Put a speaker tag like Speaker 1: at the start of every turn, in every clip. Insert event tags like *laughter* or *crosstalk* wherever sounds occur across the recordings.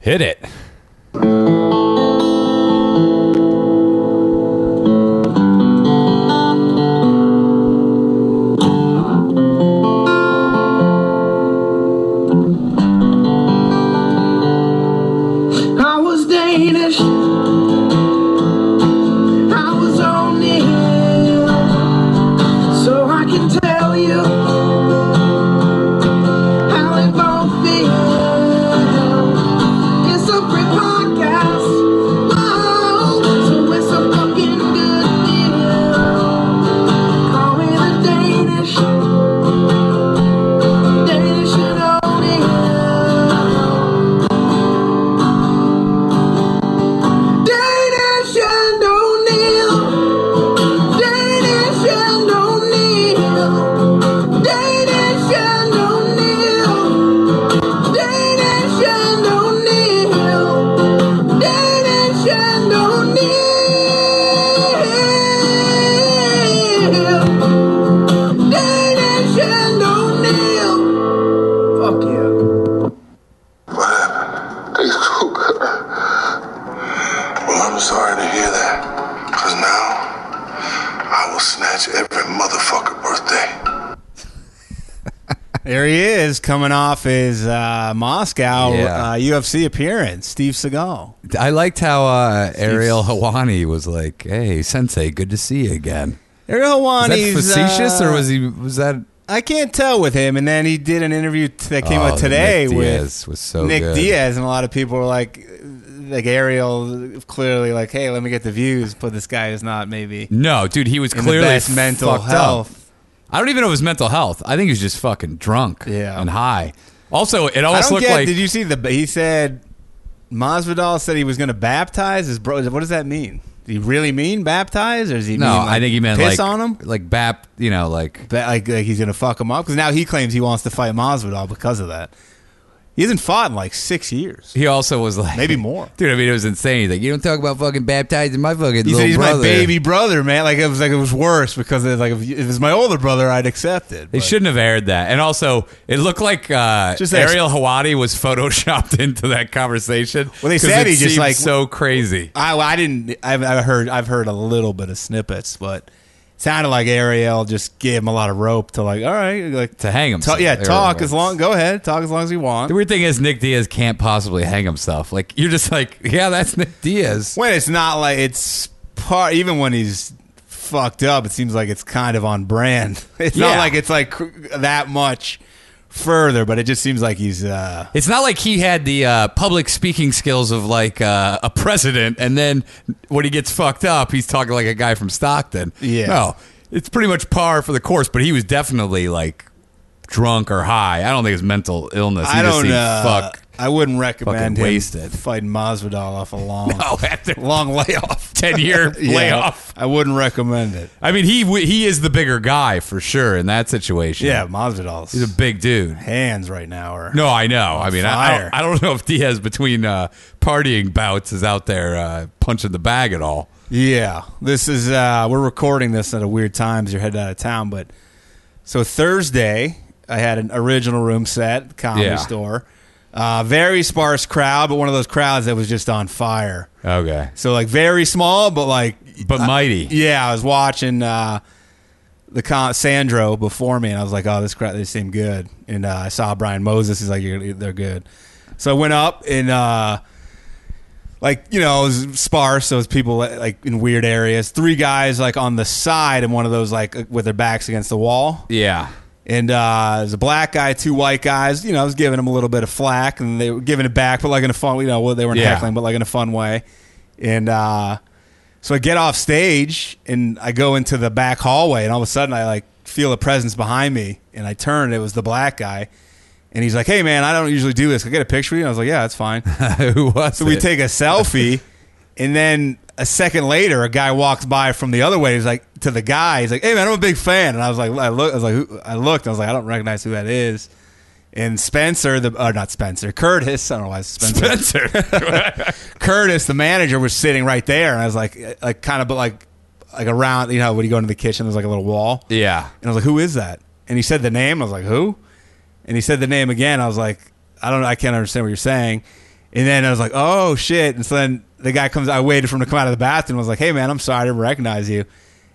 Speaker 1: Hit it.
Speaker 2: I was Danish. I was only here. So I can tell you how it won't feel. It's a free podcast. Oh, so it's a fucking good deal. Call me the Danish. Danish and only here. Danish and O'Neill. Danish and O'Neill. Danish and O'Neill. Danish and O'Neill. Danish and O'Neill. Danish and O'Neill. Fuck yeah.
Speaker 3: What happened? They spoke. Well, I'm sorry to hear that. Because now I will snatch every motherfucker birthday.
Speaker 4: There he is, coming off his uh, Moscow
Speaker 1: Yeah.
Speaker 4: uh, UFC appearance. Steve Seagal.
Speaker 1: I liked how uh, Ariel Hawani was like, "Hey, Sensei, good to see you again."
Speaker 4: Ariel
Speaker 1: Was that
Speaker 4: Hawani's
Speaker 1: facetious,
Speaker 4: uh,
Speaker 1: or was he? Was that?
Speaker 4: I can't tell with him. And then he did an interview t- that came
Speaker 1: Oh,
Speaker 4: out today
Speaker 1: Nick Diaz
Speaker 4: with
Speaker 1: was so
Speaker 4: Nick
Speaker 1: good.
Speaker 4: Diaz, and a lot of people were like, like Ariel clearly like, hey, let me get the views, but this guy is not maybe
Speaker 1: No, dude, he was
Speaker 4: in
Speaker 1: clearly
Speaker 4: the best mental
Speaker 1: fucked up.
Speaker 4: health.
Speaker 1: I don't even know if it was mental health. I think he was just fucking drunk
Speaker 4: Yeah.
Speaker 1: and high. Also, it
Speaker 4: I
Speaker 1: almost
Speaker 4: don't
Speaker 1: Oh, looked
Speaker 4: get.
Speaker 1: like
Speaker 4: did you see the? He said Masvidal said he was going to baptize his bro. What does that mean? Did he really mean baptize, or is he?
Speaker 1: *laughs* no.
Speaker 4: mean, like,
Speaker 1: I think he meant
Speaker 4: piss
Speaker 1: like
Speaker 4: on him.
Speaker 1: like bap. You know, like
Speaker 4: that like, like he's gonna fuck him up because now he claims he wants to fight Masvidal because of that. He hasn't fought in like six years.
Speaker 1: he also was like
Speaker 4: Maybe more.
Speaker 1: *laughs* Dude, I mean, it was insane. He's like, you don't talk about fucking baptizing my fucking
Speaker 4: He
Speaker 1: little
Speaker 4: said he's
Speaker 1: brother.
Speaker 4: my baby brother, man. Like it was like it was worse because it was like if it was my older brother, I'd accept it.
Speaker 1: They
Speaker 4: but-
Speaker 1: shouldn't have aired that. And also, it looked like uh,
Speaker 4: Just that-
Speaker 1: Ariel Hawadi was photoshopped *laughs* into that conversation.
Speaker 4: Well, they
Speaker 1: 'cause
Speaker 4: said
Speaker 1: it
Speaker 4: he just,
Speaker 1: seemed
Speaker 4: like-
Speaker 1: so crazy.
Speaker 4: I, I didn't. I've, I've heard. I've heard a little bit of snippets, but it sounded like Ariel just gave him a lot of rope to like. All right, like
Speaker 1: To hang
Speaker 4: ta-
Speaker 1: himself.
Speaker 4: yeah,
Speaker 1: Or-
Speaker 4: talk as long. Go ahead, talk as long as you want.
Speaker 1: The weird thing is, Nick Diaz can't possibly hang himself. Like you're just like, yeah, that's Nick Diaz.
Speaker 4: When it's not like it's part, even when he's fucked up, it seems like it's kind of on brand. *laughs* It's
Speaker 1: Yeah.
Speaker 4: not like it's like cr- that much further, but it just seems like he's. uh
Speaker 1: It's not like he had the uh, public speaking skills of like uh, a president, and then when he gets fucked up, he's talking like a guy from Stockton.
Speaker 4: Yeah.
Speaker 1: no, it's pretty much par for the course. But he was definitely like drunk or high. I don't think it's mental illness. He
Speaker 4: I
Speaker 1: just
Speaker 4: don't.
Speaker 1: seemed
Speaker 4: Uh,
Speaker 1: fuck.
Speaker 4: I wouldn't recommend
Speaker 1: fucking
Speaker 4: him
Speaker 1: wasted.
Speaker 4: fighting Masvidal off a
Speaker 1: *laughs*
Speaker 4: long,
Speaker 1: No, Oh, after
Speaker 4: long
Speaker 1: *laughs*
Speaker 4: layoff,
Speaker 1: ten year
Speaker 4: *laughs* Yeah.
Speaker 1: layoff.
Speaker 4: I wouldn't recommend it.
Speaker 1: I mean, he w- he is the bigger guy for sure in that situation.
Speaker 4: Yeah, Masvidal's
Speaker 1: he's a big dude.
Speaker 4: hands right now are.
Speaker 1: No, I know. I mean, I, I,
Speaker 4: Fire.
Speaker 1: don't, I don't know if Diaz between uh, partying bouts is out there uh, punching the bag at all.
Speaker 4: Yeah, this is uh we're recording this at a weird time. 'cause You're headed out of town, but so Thursday I had an original room set comedy
Speaker 1: Yeah.
Speaker 4: store. Uh, very sparse crowd, but one of those crowds that was just on fire.
Speaker 1: Okay,
Speaker 4: So like very small, but like
Speaker 1: but mighty.
Speaker 4: yeah, I was watching uh, the con- Sandro before me, and I was like, "Oh, this crowd, they seem good." And uh, I saw Brian Moses. He's like, You're, "They're good." So I went up and, uh, like, you know, it was sparse. So it was people like in weird areas. Three guys like on the side, and one of those like with their backs against the wall.
Speaker 1: Yeah. *laughs*
Speaker 4: And uh, there's a black guy, two white guys. You know, I was giving them a little bit of flack, and they were giving it back, but like in a fun, you know, well, they weren't
Speaker 1: Yeah.
Speaker 4: heckling, but like in a fun way. And uh, so I get off stage, and I go into the back hallway, and all of a sudden I like feel a presence behind me, and I turn, and it was the black guy, and he's like, "Hey man, I don't usually do this. Can I get a picture?" of you?" And I was like, "Yeah, that's fine."
Speaker 1: Who was
Speaker 4: So we take a selfie, and then a second later, a guy walks by from the other way. He's like to the guy. He's like, "Hey man, I'm a big fan." And I was like, I look, I was like, who, I looked, and I was like, I don't recognize who that is. And Spencer, the uh, not Spencer, Curtis. I don't know why it's Spencer.
Speaker 1: *laughs* Spencer.
Speaker 4: Curtis, the manager, was sitting right there, and I was like, uh, like kind of, but like, like around. You know, when you go into the kitchen, there's like a little wall.
Speaker 1: yeah.
Speaker 4: And I was like, who is that? And he said the name. I was like, who? And he said the name again. I was like, I don't know. I can't understand what you're saying. And then I was like, oh shit. And so then the guy comes, I waited for him to come out of the bathroom. I was like, hey man, I'm sorry, I didn't recognize you.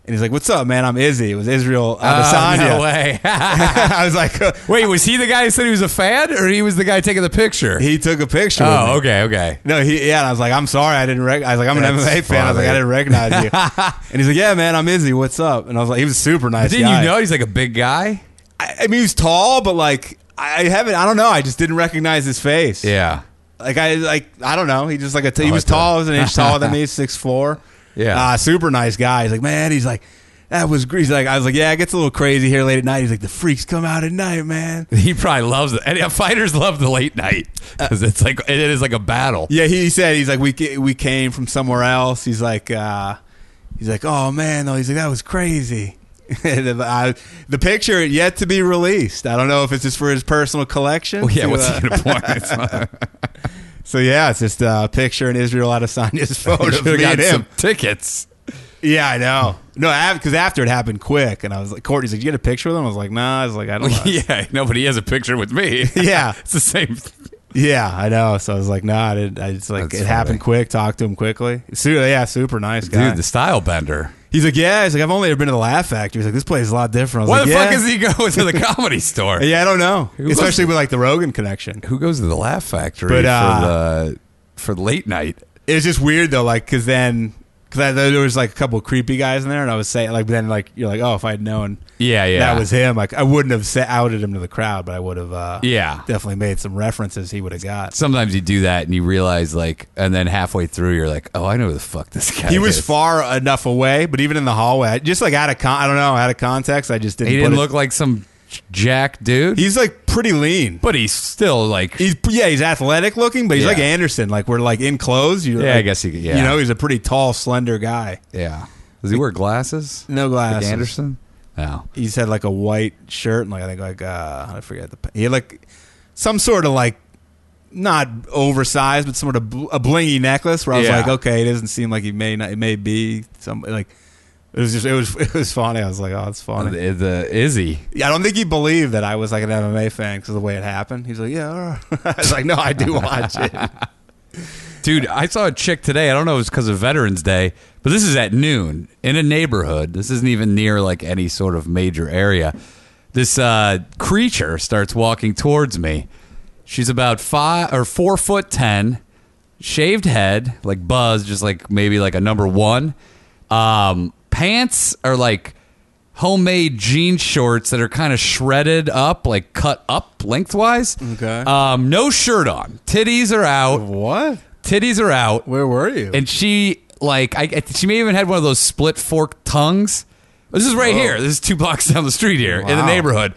Speaker 4: And he's like, what's up, man? I'm Izzy. It was Israel Adesanya.
Speaker 1: Oh, Uh, no way.
Speaker 4: *laughs*
Speaker 1: *laughs*
Speaker 4: I was like, uh,
Speaker 1: Wait, was he the guy who said he was a fan, or he was the guy taking the picture?
Speaker 4: he took a picture. with me.
Speaker 1: oh, okay, okay.
Speaker 4: No, he yeah. And I was like, I'm sorry, I didn't. Rec-. I was like, I'm an
Speaker 1: That's
Speaker 4: MMA fan. I was like,
Speaker 1: funny.
Speaker 4: I didn't recognize you.
Speaker 1: *laughs*
Speaker 4: and he's like, Yeah, man, I'm Izzy. What's up? And I was like, He was a super nice.
Speaker 1: Didn't
Speaker 4: guy.
Speaker 1: you know he's like a big guy?
Speaker 4: I, I mean, he was tall, but like, I haven't. I don't know. I just didn't recognize his face.
Speaker 1: Yeah. Oh,
Speaker 4: Like I like I don't know. He just like a t- he
Speaker 1: I
Speaker 4: was
Speaker 1: like that.
Speaker 4: tall. He was an inch taller
Speaker 1: *laughs*
Speaker 4: than me, six four.
Speaker 1: Yeah.
Speaker 4: uh, super nice guy. He's like, man. He's like, that was great. He's like, I was like, yeah, it gets a little crazy here late at night. He's like, the freaks come out at night, man.
Speaker 1: He probably loves it. And yeah, fighters love the late night because it's like it is like a battle.
Speaker 4: Uh, Yeah, he said he's like we ca- we came from somewhere else. He's like uh, he's like oh man though. He's like that was crazy. *laughs* And I- the picture yet to be released. I don't know if it's just for his personal collection.
Speaker 1: Oh, yeah,
Speaker 4: to,
Speaker 1: what's
Speaker 4: uh,
Speaker 1: he gonna point? *laughs* It's
Speaker 4: *laughs*
Speaker 1: not-
Speaker 4: so yeah, it's just uh, a picture in Israel Adesanya's
Speaker 1: *laughs*
Speaker 4: phone of
Speaker 1: Should've
Speaker 4: me and
Speaker 1: got
Speaker 4: him.
Speaker 1: some tickets.
Speaker 4: Yeah, I know. No, because after it happened quick, and I was like, Courtney's like, "You get a picture with him?" I was like, "Nah." I was like, "I don't." know.
Speaker 1: *laughs* Yeah, nobody has a picture with me.
Speaker 4: *laughs* Yeah.
Speaker 1: it's the same.
Speaker 4: Yeah, I know. So I was like, "Nah." I didn't. I just like
Speaker 1: That's
Speaker 4: it happened
Speaker 1: funny.
Speaker 4: quick. Talked to him quickly. Su- yeah, super nice guy.
Speaker 1: Dude, the style bender.
Speaker 4: He's like, "Yeah." He's like, "I've only ever been to the Laugh Factory." He's like, "This place is a lot different." I was
Speaker 1: Why
Speaker 4: like,
Speaker 1: the
Speaker 4: yeah.
Speaker 1: fuck is he going *laughs* to the
Speaker 4: *laughs*
Speaker 1: comedy store?
Speaker 4: Yeah, I don't know.
Speaker 1: Who
Speaker 4: Especially
Speaker 1: goes-
Speaker 4: with like the Rogan connection.
Speaker 1: Who goes to the Laugh Factory
Speaker 4: But, uh,
Speaker 1: for the for late night?
Speaker 4: It was just weird though, like because then because there was like a couple creepy guys in there, and I was saying like, then like you're like, "Oh, if I'd known."
Speaker 1: Yeah, yeah.
Speaker 4: that was him. Like I wouldn't have sa- outed him to the crowd, but I would have uh,
Speaker 1: Yeah.
Speaker 4: definitely made some references he would have got.
Speaker 1: Sometimes you do that and you realize like, and then halfway through you're like, oh, I know who the fuck this guy.
Speaker 4: He was
Speaker 1: is.
Speaker 4: far enough away, but even in the hallway, I- just like out of con- I don't know, out of context, I just didn't.
Speaker 1: He
Speaker 4: put
Speaker 1: didn't
Speaker 4: it-
Speaker 1: look like some jack dude,
Speaker 4: He's like pretty lean.
Speaker 1: but he's still like
Speaker 4: He's yeah, he's athletic looking, but he's
Speaker 1: Yeah.
Speaker 4: like Anderson. Like we're like in clothes. You
Speaker 1: Yeah, I
Speaker 4: like-
Speaker 1: guess he could- yeah.
Speaker 4: You know, he's a pretty tall, slender guy.
Speaker 1: Yeah. Does he wear glasses?
Speaker 4: No glasses.
Speaker 1: Like Anderson? No.
Speaker 4: He's had like a white shirt and like I think like uh, I forget the he had like some sort of like not oversized but sort of bl- a blingy necklace where I was
Speaker 1: Yeah.
Speaker 4: like okay it doesn't seem like he may not it may be some like it was just it was *laughs* it was funny I was like oh it's
Speaker 1: The,
Speaker 4: funny
Speaker 1: the Izzy.
Speaker 4: yeah, I don't think he believed that I was like an MMA fan because of the way it happened he's like yeah all right." *laughs* I was like no I do watch it
Speaker 1: Dude, I saw a chick today. I don't know if it's because of Veterans Day, but this is at noon in a neighborhood. This isn't even near like any sort of major area. This uh, creature starts walking towards me. She's about five or four foot ten, shaved head, like buzz, just like maybe like a number one. Um, pants are like homemade jean shorts that are kind of shredded up, like cut up lengthwise.
Speaker 4: Okay.
Speaker 1: Um, no shirt on. Titties are out
Speaker 4: what
Speaker 1: titties are out
Speaker 4: where were you
Speaker 1: and she like I, I- she may even had one of those split fork tongues this is right here this is two blocks down the street here in the
Speaker 4: Wow.
Speaker 1: neighborhood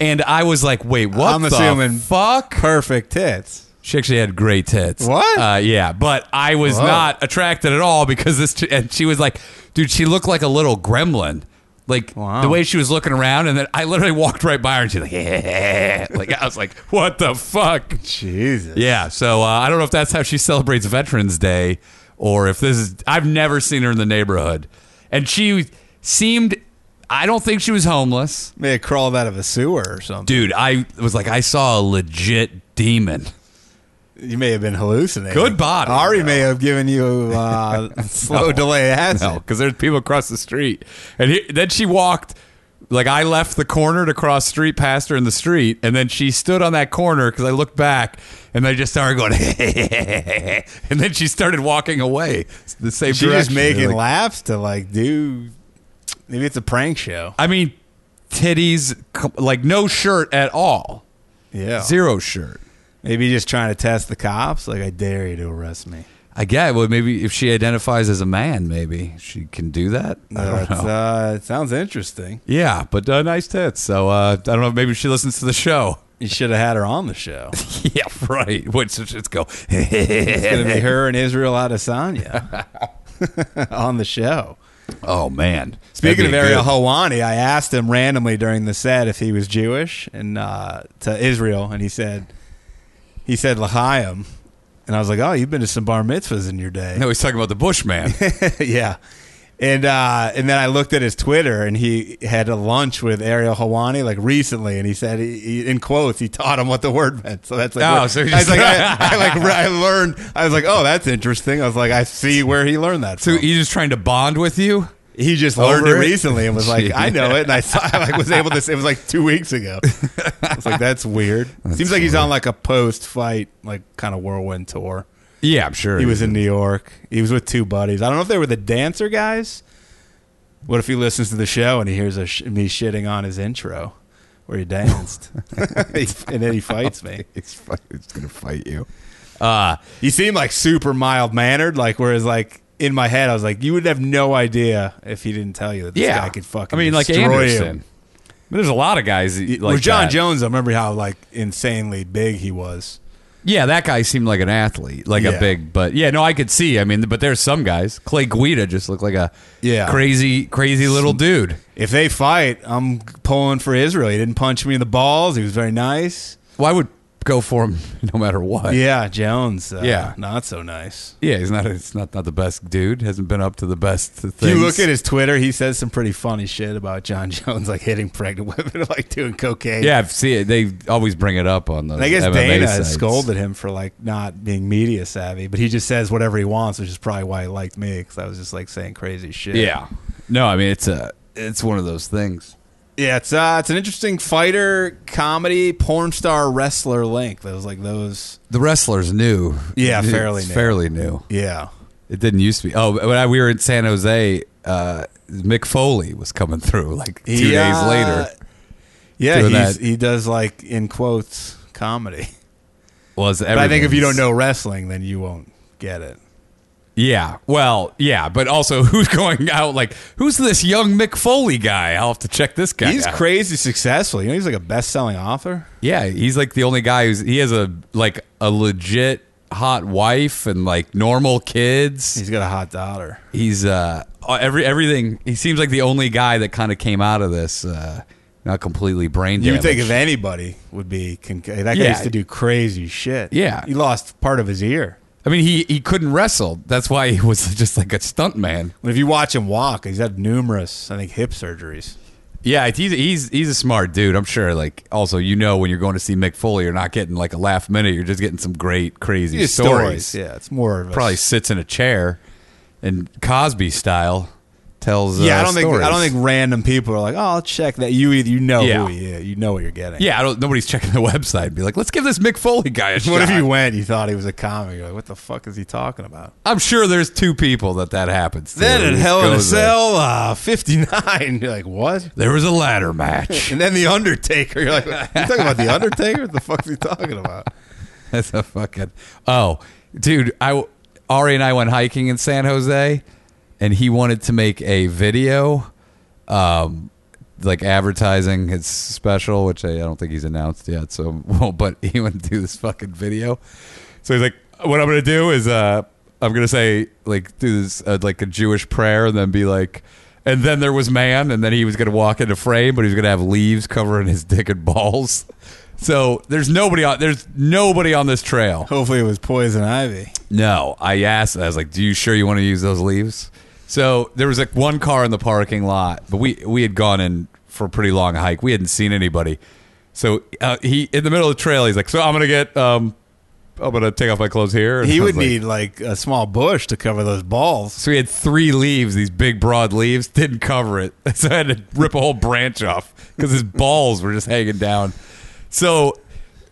Speaker 1: and i was like wait what
Speaker 4: I'm
Speaker 1: the
Speaker 4: assuming-
Speaker 1: fuck
Speaker 4: perfect tits
Speaker 1: she actually had great tits
Speaker 4: What?
Speaker 1: uh, yeah but i was
Speaker 4: Whoa.
Speaker 1: not attracted at all because this ch- and she was like dude she looked like a little gremlin like
Speaker 4: Wow.
Speaker 1: the way she was looking around and then i literally walked right by her and she's like like *laughs* i was like what the fuck
Speaker 4: Jesus
Speaker 1: yeah, so uh, I don't know if that's how she celebrates Veterans Day or if this is. I've never seen her in the neighborhood. And she seemed. I don't think she was homeless.
Speaker 4: may have crawled out of a sewer or something
Speaker 1: Dude, I was like, I saw a legit demon. *laughs*
Speaker 4: You may have been hallucinating.
Speaker 1: Good body,
Speaker 4: Ari
Speaker 1: though.
Speaker 4: may have given you
Speaker 1: *laughs*
Speaker 4: uh, *laughs* slow delay acid.
Speaker 1: No, because there's people across the street. And he, then she walked. Like I left the corner to cross street past her in the street, and then she stood on that corner because I looked back, and I just started going, *laughs* and then she started walking away the same
Speaker 4: She's
Speaker 1: direction.
Speaker 4: just making
Speaker 1: Like,
Speaker 4: laughs to like do. Maybe it's a prank show.
Speaker 1: I mean, titties, com- like no shirt at all,
Speaker 4: Yeah.
Speaker 1: zero shirt.
Speaker 4: Maybe just trying to test the cops. Like I dare you to arrest me.
Speaker 1: I get. Well, maybe if she identifies as a man, maybe she can do that. I don't
Speaker 4: That's,
Speaker 1: know.
Speaker 4: uh, it sounds interesting.
Speaker 1: yeah, but uh, nice tits. So uh, I don't know. Maybe she listens to the show.
Speaker 4: You should have had her on the show.
Speaker 1: *laughs*
Speaker 4: It's
Speaker 1: yeah, right. What? So just go. *laughs*
Speaker 4: gonna be her and
Speaker 1: *laughs*
Speaker 4: Israel Adesanya *laughs* on the show.
Speaker 1: oh man.
Speaker 4: Speaking of
Speaker 1: That'd be
Speaker 4: Ariel
Speaker 1: good-
Speaker 4: Helwani, I asked him randomly during the set if he was Jewish and uh, to Israel, and he said he said L'chaim, and I was like, "Oh, you've been to some bar mitzvahs in your day?"
Speaker 1: *laughs* no, he's talking about the Bushman.
Speaker 4: *laughs* yeah, And uh, and then I looked at his Twitter, and he had a lunch with Ariel Hawani like recently, and he said he, he, in quotes he taught him what the word meant. So that's like
Speaker 1: Oh,
Speaker 4: what-
Speaker 1: so he
Speaker 4: I was
Speaker 1: just- *laughs*
Speaker 4: like I, I like re- I learned. I was like, oh, that's interesting. I was like, I see where he learned that.
Speaker 1: So
Speaker 4: from.
Speaker 1: he's just trying to bond with you?
Speaker 4: He just learned it
Speaker 1: Over it?
Speaker 4: recently and was like,
Speaker 1: Gee.
Speaker 4: "I know it," and
Speaker 1: *laughs*
Speaker 4: I saw, I like was able to. It was like two weeks ago. I was like,
Speaker 1: *laughs*
Speaker 4: "That's weird." Seems like he's on like a post-fight, like kind of whirlwind tour.
Speaker 1: Yeah, I'm sure.
Speaker 4: He was in New York. He was with two buddies. I don't know if they were the dancer guys. What if he listens to the show and he hears a sh- me shitting on his intro where
Speaker 1: *laughs*
Speaker 4: he danced, *laughs* and then he fights me?
Speaker 1: He's, fu- he's gonna fight you. Uh
Speaker 4: You seem like super mild mannered, like whereas like in my head I was like, you would have no idea if he didn't tell you that this
Speaker 1: yeah.
Speaker 4: guy could fucking.
Speaker 1: I mean, like
Speaker 4: destroy you.
Speaker 1: Anderson. I mean, there's a lot of guys that- like
Speaker 4: well, John
Speaker 1: that.
Speaker 4: Jones, I remember how like insanely big he was.
Speaker 1: Yeah, that guy seemed like an athlete, like
Speaker 4: Yeah.
Speaker 1: a big. But yeah, no, I could see. I mean, but there's some guys. Clay Guida just looked like a
Speaker 4: Yeah.
Speaker 1: crazy, crazy little dude.
Speaker 4: If they fight, I'm pulling for Israel. He didn't punch me in the balls. He was very nice.
Speaker 1: Well, I would go for him *laughs* no matter what.
Speaker 4: Yeah, Jones. Uh,
Speaker 1: Yeah.
Speaker 4: not so nice.
Speaker 1: yeah, he's not. It's not not the best dude. Hasn't been up to the best things.
Speaker 4: If you look at his Twitter, he says some pretty funny shit about John *laughs* Jones, like hitting pregnant women, *laughs* like doing cocaine.
Speaker 1: Yeah, I've seen it. They always bring it up on the.
Speaker 4: And I guess
Speaker 1: MMA
Speaker 4: Dana
Speaker 1: sites.
Speaker 4: scolded him for like not being media savvy, but he just says whatever he wants, which is probably why he liked me because I was just like saying crazy shit.
Speaker 1: Yeah. No, I mean it's a. It's one of those things.
Speaker 4: Yeah, it's uh, it's an interesting fighter comedy porn star wrestler link. Those like those.
Speaker 1: The wrestler's new.
Speaker 4: Yeah,
Speaker 1: It's
Speaker 4: fairly new.
Speaker 1: Fairly new.
Speaker 4: Yeah.
Speaker 1: It didn't used to be. Oh, when I, we were in San Jose, uh, Mick Foley was coming through like two
Speaker 4: He,
Speaker 1: days
Speaker 4: uh,
Speaker 1: later.
Speaker 4: Yeah,
Speaker 1: Doing
Speaker 4: he's,
Speaker 1: that.
Speaker 4: he does like in quotes comedy. *laughs*
Speaker 1: Was
Speaker 4: But I think if you don't know wrestling, then you won't get it.
Speaker 1: yeah, well, yeah, but also *laughs* who's going out? Like, who's this young Mick Foley guy? I'll have to check this guy.
Speaker 4: He's
Speaker 1: out.
Speaker 4: crazy successful. You know, he's like a best-selling author.
Speaker 1: Yeah, he's like the only guy who's he has a like a legit hot wife and like normal kids.
Speaker 4: He's got a hot daughter.
Speaker 1: he's uh every everything he seems like the only guy that kind of came out of this uh not completely brain
Speaker 4: You would think
Speaker 1: damaged.
Speaker 4: if anybody would be conc- that guy
Speaker 1: Yeah.
Speaker 4: used to do crazy shit.
Speaker 1: Yeah.
Speaker 4: he lost part of his ear.
Speaker 1: i mean he he couldn't wrestle that's why he
Speaker 4: *laughs*
Speaker 1: was just like a stunt man
Speaker 4: But if you watch him walk, he's had numerous, I think, hip surgeries.
Speaker 1: yeah he's he's he's a smart dude i'm sure like also you know when you're going to see mick foley you're not getting like a laugh minute you're just getting some great crazy stories,
Speaker 4: Yeah, it's more of a
Speaker 1: probably sits in a chair and cosby style tells
Speaker 4: Yeah,
Speaker 1: uh,
Speaker 4: I don't think I
Speaker 1: stories.
Speaker 4: don't think random people are like, oh, I'll check that. You either you know
Speaker 1: Yeah.
Speaker 4: who he is, you know what you're getting.
Speaker 1: yeah i don't nobody's checking the *laughs* website and be like let's give this mick foley guy a shot
Speaker 4: *laughs* What if you went? You thought he was a comic. You're like, what the fuck is he talking about?
Speaker 1: I'm sure there's two people that that happens. to.
Speaker 4: Then
Speaker 1: It
Speaker 4: in
Speaker 1: just
Speaker 4: Hell in a
Speaker 1: goes there.
Speaker 4: Cell, uh, 59. *laughs* You're like, what?
Speaker 1: There was a ladder match.
Speaker 4: And then the Undertaker. You're like, you talking about the Undertaker? What the fuck's he talking about?
Speaker 1: *laughs* That's a fucking. Oh, dude, I Ari and I went hiking in San Jose, and he wanted to make a video, um, like advertising his special, which I, I don't think he's announced yet. So, *laughs* well, but he wanted to do this fucking video. So he's like, "What I'm gonna do is, uh, I'm gonna say like do this uh, like a Jewish prayer, and then be like." And then there was man, and then he was going to walk into frame, but he was going to have leaves covering his dick and balls. *laughs* So there's nobody on there's nobody on this trail.
Speaker 4: Hopefully it was Poison Ivy.
Speaker 1: No, I asked. I was like, "Do you sure you want to use those leaves?" So there was like one car in the parking lot, but we we had gone in for a pretty long hike. We hadn't seen anybody. So uh, he in the middle of the trail, he's like, "So I'm gonna get um, I'm gonna take off my clothes here." And
Speaker 4: He
Speaker 1: I was
Speaker 4: would
Speaker 1: like-
Speaker 4: need like a small bush to cover those balls. *laughs*
Speaker 1: So he had three leaves, these big broad leaves, didn't cover it. *laughs* So I had to rip a whole branch off because his balls were just hanging down. So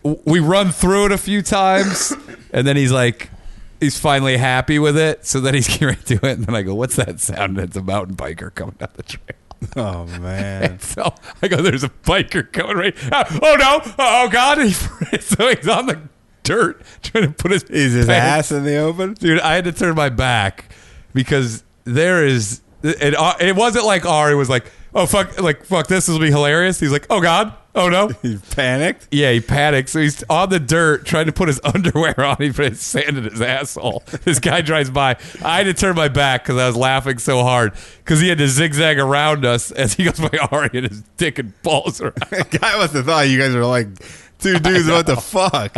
Speaker 1: w- we run through it a few times, and then he's like, he's finally happy with it. So then he's *laughs* getting ready to do it, and then I go, "What's that sound?" And it's a mountain biker coming down the trail. *laughs*
Speaker 4: Oh man.
Speaker 1: So I go, there's a biker coming right. Oh, oh no! Oh god! *laughs* so he's on the dirt trying to put his
Speaker 4: Is his
Speaker 1: pants-
Speaker 4: ass in the open?
Speaker 1: dude i had to turn my back because there is it, uh, it wasn't like ari was like oh fuck like fuck this will be hilarious he's like oh god oh no
Speaker 4: He panicked. *laughs*
Speaker 1: yeah he panics so he's on the dirt trying to put his *laughs* underwear on he put his sand in his asshole this guy *laughs* drives by i had to turn my back because i was laughing so hard because he had to zigzag around us as he goes by *laughs* ari and his dick and balls *laughs* are out.
Speaker 4: Guy must have thought you guys were like two dudes. What the fuck?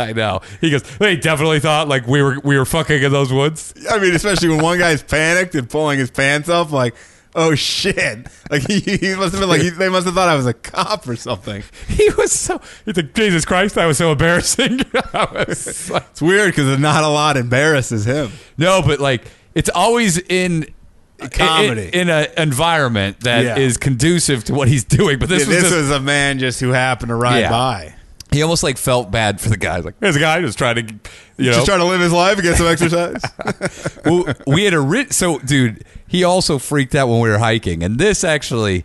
Speaker 1: *laughs* i know he goes they definitely thought like we were we were fucking in those woods
Speaker 4: I mean, especially when one guy's panicked and pulling his pants up, like, oh shit! Like *laughs* he, he must have been like he, they must have thought I was a cop or something.
Speaker 1: *laughs* He was so. He's like, Jesus Christ, that was so embarrassing. *laughs* I was like,
Speaker 4: It's weird because not a lot embarrasses him.
Speaker 1: no, but like, it's always in
Speaker 4: comedy.
Speaker 1: in, in an environment that is
Speaker 4: Yeah.
Speaker 1: conducive to what he's doing. But this
Speaker 4: This,
Speaker 1: was, a-
Speaker 4: was a man just who happened to ride
Speaker 1: Yeah.
Speaker 4: by.
Speaker 1: he almost like felt bad for the guy. Like, there's a guy just trying to, you know,
Speaker 4: Just trying to live his life and get some exercise.
Speaker 1: *laughs* well, we had a ri- so dude he also freaked out when we were hiking and this actually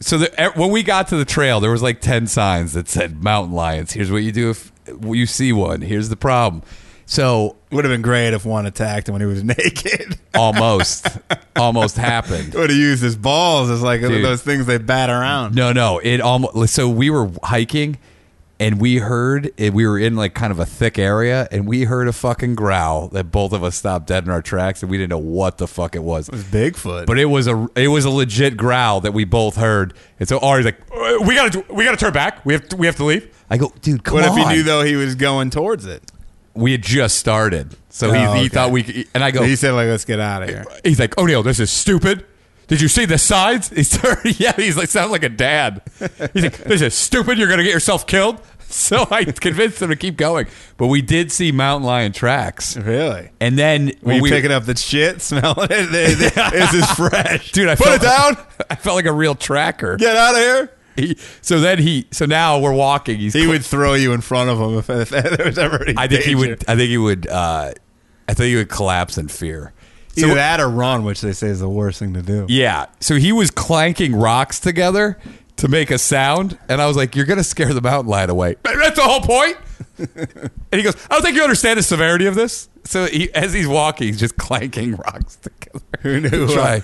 Speaker 1: so the, e, when we got to the trail there was like 10 signs that said mountain lions here's what you do if you see one here's the problem so
Speaker 4: *laughs* Would have been great if one attacked him when he was *laughs* naked.
Speaker 1: almost almost happened
Speaker 4: Would have used his balls as like
Speaker 1: Dude.
Speaker 4: those things they bat around.
Speaker 1: no no it almost so we were hiking and we heard and we were in like kind of a thick area and we heard a fucking growl that both of us stopped dead in our tracks and we didn't know what the fuck it was
Speaker 4: It was Bigfoot.
Speaker 1: But it was a it was a legit growl that we both heard. And so Ari's like, "Uh, "We gotta do- we gotta turn back. We have to, we have to leave." I go, "Dude, come
Speaker 4: what
Speaker 1: on!"
Speaker 4: if he knew though he was going towards it?
Speaker 1: we had just started, so he,
Speaker 4: Oh,
Speaker 1: he
Speaker 4: okay.
Speaker 1: thought we. Could, and I go,
Speaker 4: He said like, "Let's get out of here."
Speaker 1: he's like, "O'Neill, this is stupid." Did you see the sides? He's *laughs* turned, yeah. He's like, sounds like a dad. He's like, "This is stupid. You're gonna get yourself killed." *laughs* So I convinced him to keep going. But we did see mountain lion tracks,
Speaker 4: Really?
Speaker 1: and then
Speaker 4: Were
Speaker 1: when
Speaker 4: you
Speaker 1: we
Speaker 4: picking up the shit, smelling *laughs* it? They- they- this is fresh,
Speaker 1: dude, I
Speaker 4: put
Speaker 1: felt,
Speaker 4: it down.
Speaker 1: *laughs* I felt like a real tracker.
Speaker 4: Get out of here.
Speaker 1: He, so then he, so now we're walking. He's
Speaker 4: He would throw you in front of him if, if there was ever. Any
Speaker 1: I think he
Speaker 4: danger.
Speaker 1: would. I think he would. Uh, I think he would collapse in fear.
Speaker 4: Either
Speaker 1: So
Speaker 4: that or run, which they say is the worst thing to do.
Speaker 1: yeah. So he was clanking rocks together to make a sound, and I was like, "You're gonna scare the mountain lion away." *laughs* "But That's the whole
Speaker 4: *laughs*
Speaker 1: point. and he goes, "I don't think you understand the severity of this." So he, as he's walking, he's just clanking rocks together.
Speaker 4: Who knew?
Speaker 1: To
Speaker 4: Uh,
Speaker 1: *laughs* Try.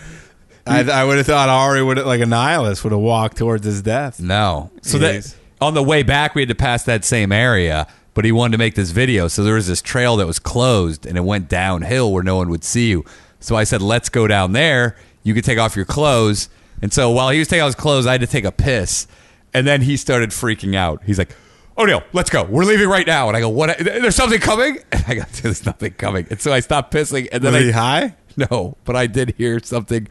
Speaker 4: I, I would have thought Ari would like a nihilist would have walked towards his death.
Speaker 1: No. So
Speaker 4: Yes.
Speaker 1: that on the way back, we had to pass that same area, but he wanted to make this video. So there was this trail that was closed and it went downhill where no one would see you. So I said, let's go down there. You could take off your clothes. And so while he was taking off his clothes, I had to take a piss. And then he started freaking out. He's like, Oh no, let's go. We're leaving right now. And I go, What? There's something coming? *laughs* And I go, Dude, there's nothing coming. And so I stopped pissing. And then
Speaker 4: Was
Speaker 1: I,
Speaker 4: he high?
Speaker 1: *laughs* no, but I did hear something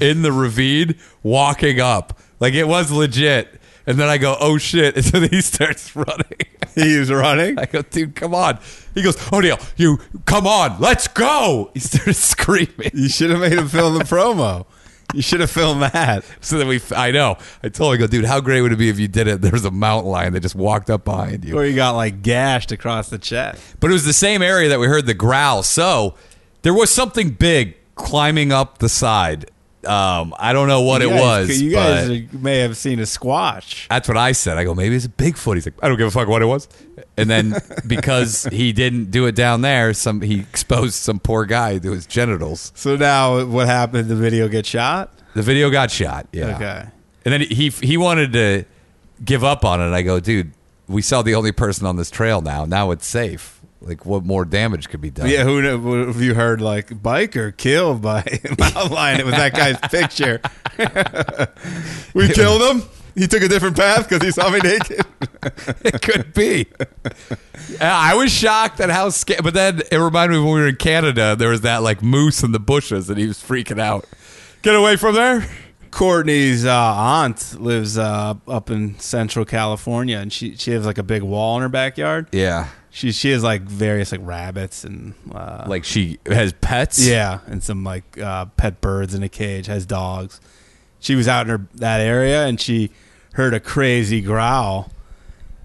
Speaker 1: in the ravine walking up. Like it was legit. And then I go, oh shit. *laughs* And so then he starts running.
Speaker 4: He was
Speaker 1: *laughs*
Speaker 4: running.
Speaker 1: I go, dude, come on. He goes, O'Neill, you come on, let's go. He started *laughs* screaming.
Speaker 4: You should have made him film *laughs* the promo. You should have filmed that.
Speaker 1: So then we, I know. I told him, I go, dude, how great would it be if you did it? There was a mountain lion that just walked up behind you.
Speaker 4: Or he got like gashed across the chest.
Speaker 1: But it was the same area that we heard the growl. So there was something big climbing up the side. Um, I don't know what
Speaker 4: You
Speaker 1: it
Speaker 4: guys-
Speaker 1: was.
Speaker 4: You
Speaker 1: but-
Speaker 4: guys are- may have seen a squash.
Speaker 1: That's what I said. I go, maybe it's a Bigfoot. He's like, I don't give a fuck what it was. And then because he didn't do it down there, some he exposed some poor guy to his genitals.
Speaker 4: So now, what happened? The video get shot.
Speaker 1: The video got shot. Yeah.
Speaker 4: Okay.
Speaker 1: And then he he wanted to give up on it. And I go, dude, we saw the only person on this trail now. Now it's safe. Like, what more damage could be done?
Speaker 4: Yeah, who knew, have you heard like biker killed by *laughs* mountain lion? It was that guy's picture. *laughs* we killed him. He took a different path because he saw me naked.
Speaker 1: *laughs*
Speaker 4: *laughs*
Speaker 1: it could be. I was shocked at how scared. But then it reminded me when we were in Canada, there was that like moose in the bushes, and he was freaking out. Get away from there.
Speaker 4: Courtney's uh, aunt lives uh, up in Central California, and she she has like a big wall in her backyard.
Speaker 1: Yeah.
Speaker 4: She she has like various like rabbits and uh,
Speaker 1: like she has pets.
Speaker 4: yeah, and some like uh, pet birds in a cage. Has dogs. She was out in her that area, and she heard a crazy growl,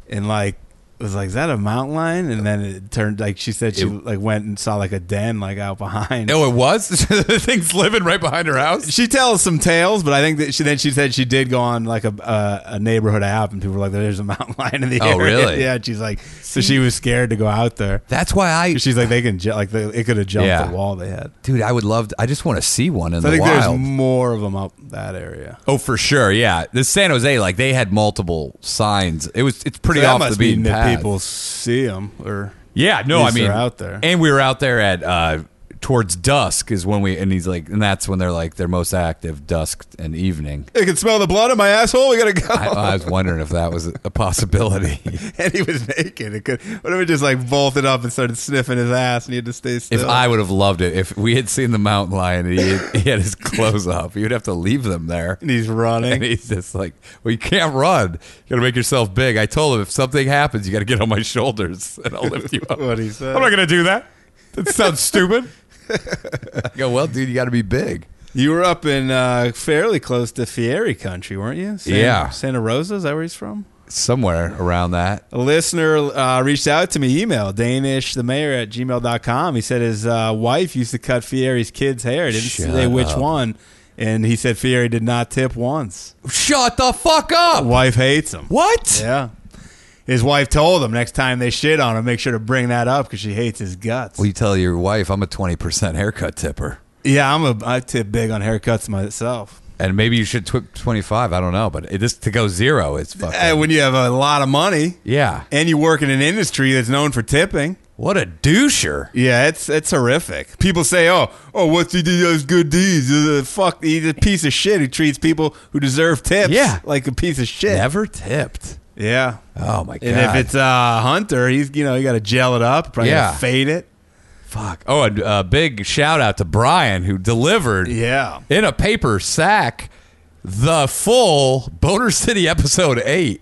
Speaker 4: and like was like, "Is that a mountain lion?" And then it turned like she said she
Speaker 1: It-
Speaker 4: like went and saw like a den like out behind.
Speaker 1: No, it was. *laughs* the thing's living right behind her house.
Speaker 4: She tells some tales, but I think that she then she said she did go on like a uh, a neighborhood app, and people were like, "There's a mountain *laughs* lion in the
Speaker 1: Oh,
Speaker 4: area."
Speaker 1: really?
Speaker 4: Yeah, and she's like, so she was scared to go out there.
Speaker 1: That's why I,
Speaker 4: She's like, they can ju- like they, it could have jumped
Speaker 1: Yeah.
Speaker 4: the wall they had.
Speaker 1: dude. I would love. To, I just want to see one in
Speaker 4: So I
Speaker 1: the
Speaker 4: think
Speaker 1: wild.
Speaker 4: there's more of them up that area.
Speaker 1: oh, for sure. Yeah, the San Jose, like they had multiple signs. It was. It's pretty
Speaker 4: So that
Speaker 1: off
Speaker 4: must
Speaker 1: the beaten
Speaker 4: mean that
Speaker 1: path.
Speaker 4: people see them or
Speaker 1: yeah. No,
Speaker 4: at
Speaker 1: I
Speaker 4: least
Speaker 1: mean
Speaker 4: they're out there.
Speaker 1: and we were out there at uh, towards dusk is when we and he's like and that's when they're like they're most active dusk and evening.
Speaker 4: I can smell the blood in my asshole. We gotta go.
Speaker 1: I, uh, I was wondering if that was a possibility.
Speaker 4: *laughs*
Speaker 1: *laughs*
Speaker 4: and he was naked. It could. What if it just like bolted up and started sniffing his ass, and he had to stay still?
Speaker 1: If I would have loved it, if we had seen the mountain lion and he had, he had his clothes off, you would have to leave them there.
Speaker 4: and he's
Speaker 1: *laughs*
Speaker 4: running.
Speaker 1: And he's just like, well, you can't run. You got to make yourself big. I told him if something happens, you got to get on my shoulders *laughs* and I'll lift you up.
Speaker 4: What he said.
Speaker 1: I'm not going to do that. That sounds
Speaker 4: *laughs*
Speaker 1: stupid. I go, well, dude, you got to be big.
Speaker 4: You were up in uh, fairly close to Fieri country, weren't you? Santa,
Speaker 1: Yeah.
Speaker 4: Santa Rosa, is that where he's from?
Speaker 1: Somewhere around that.
Speaker 4: A listener uh, reached out to me, email Danish the mayor at gmail.com. He said his uh, wife used to cut Fieri's kids' hair. It Didn't
Speaker 1: Shut
Speaker 4: say which
Speaker 1: up.
Speaker 4: one. And he said Fieri did not tip once.
Speaker 1: Shut the fuck up.
Speaker 4: Wife hates him.
Speaker 1: What?
Speaker 4: Yeah. His wife told him next time they shit on him, make sure to bring that up because she hates his guts.
Speaker 1: Well, you tell your wife I'm a 20% haircut tipper.
Speaker 4: yeah, I'm a I tip big on haircuts myself.
Speaker 1: And maybe you should tw- 25. I don't know. But it, this to go zero is fucking.
Speaker 4: Hey, Eh, when you have a lot of money,
Speaker 1: yeah.
Speaker 4: and you work in an industry that's known for tipping.
Speaker 1: What a doucher.
Speaker 4: Yeah, it's it's horrific. People say, "Oh, oh, what's he do those good deeds?" Uh, fuck, he's a piece of shit who treats people who deserve tips
Speaker 1: Yeah.
Speaker 4: like a piece of shit.
Speaker 1: Never tipped.
Speaker 4: Yeah.
Speaker 1: Oh, my God.
Speaker 4: And if it's uh, Hunter, he's you know you got to gel it up, probably
Speaker 1: Yeah.
Speaker 4: gotta fade it.
Speaker 1: Fuck. Oh, and uh, big shout out to Brian who delivered
Speaker 4: Yeah.
Speaker 1: in a paper sack the full Boner City episode 8.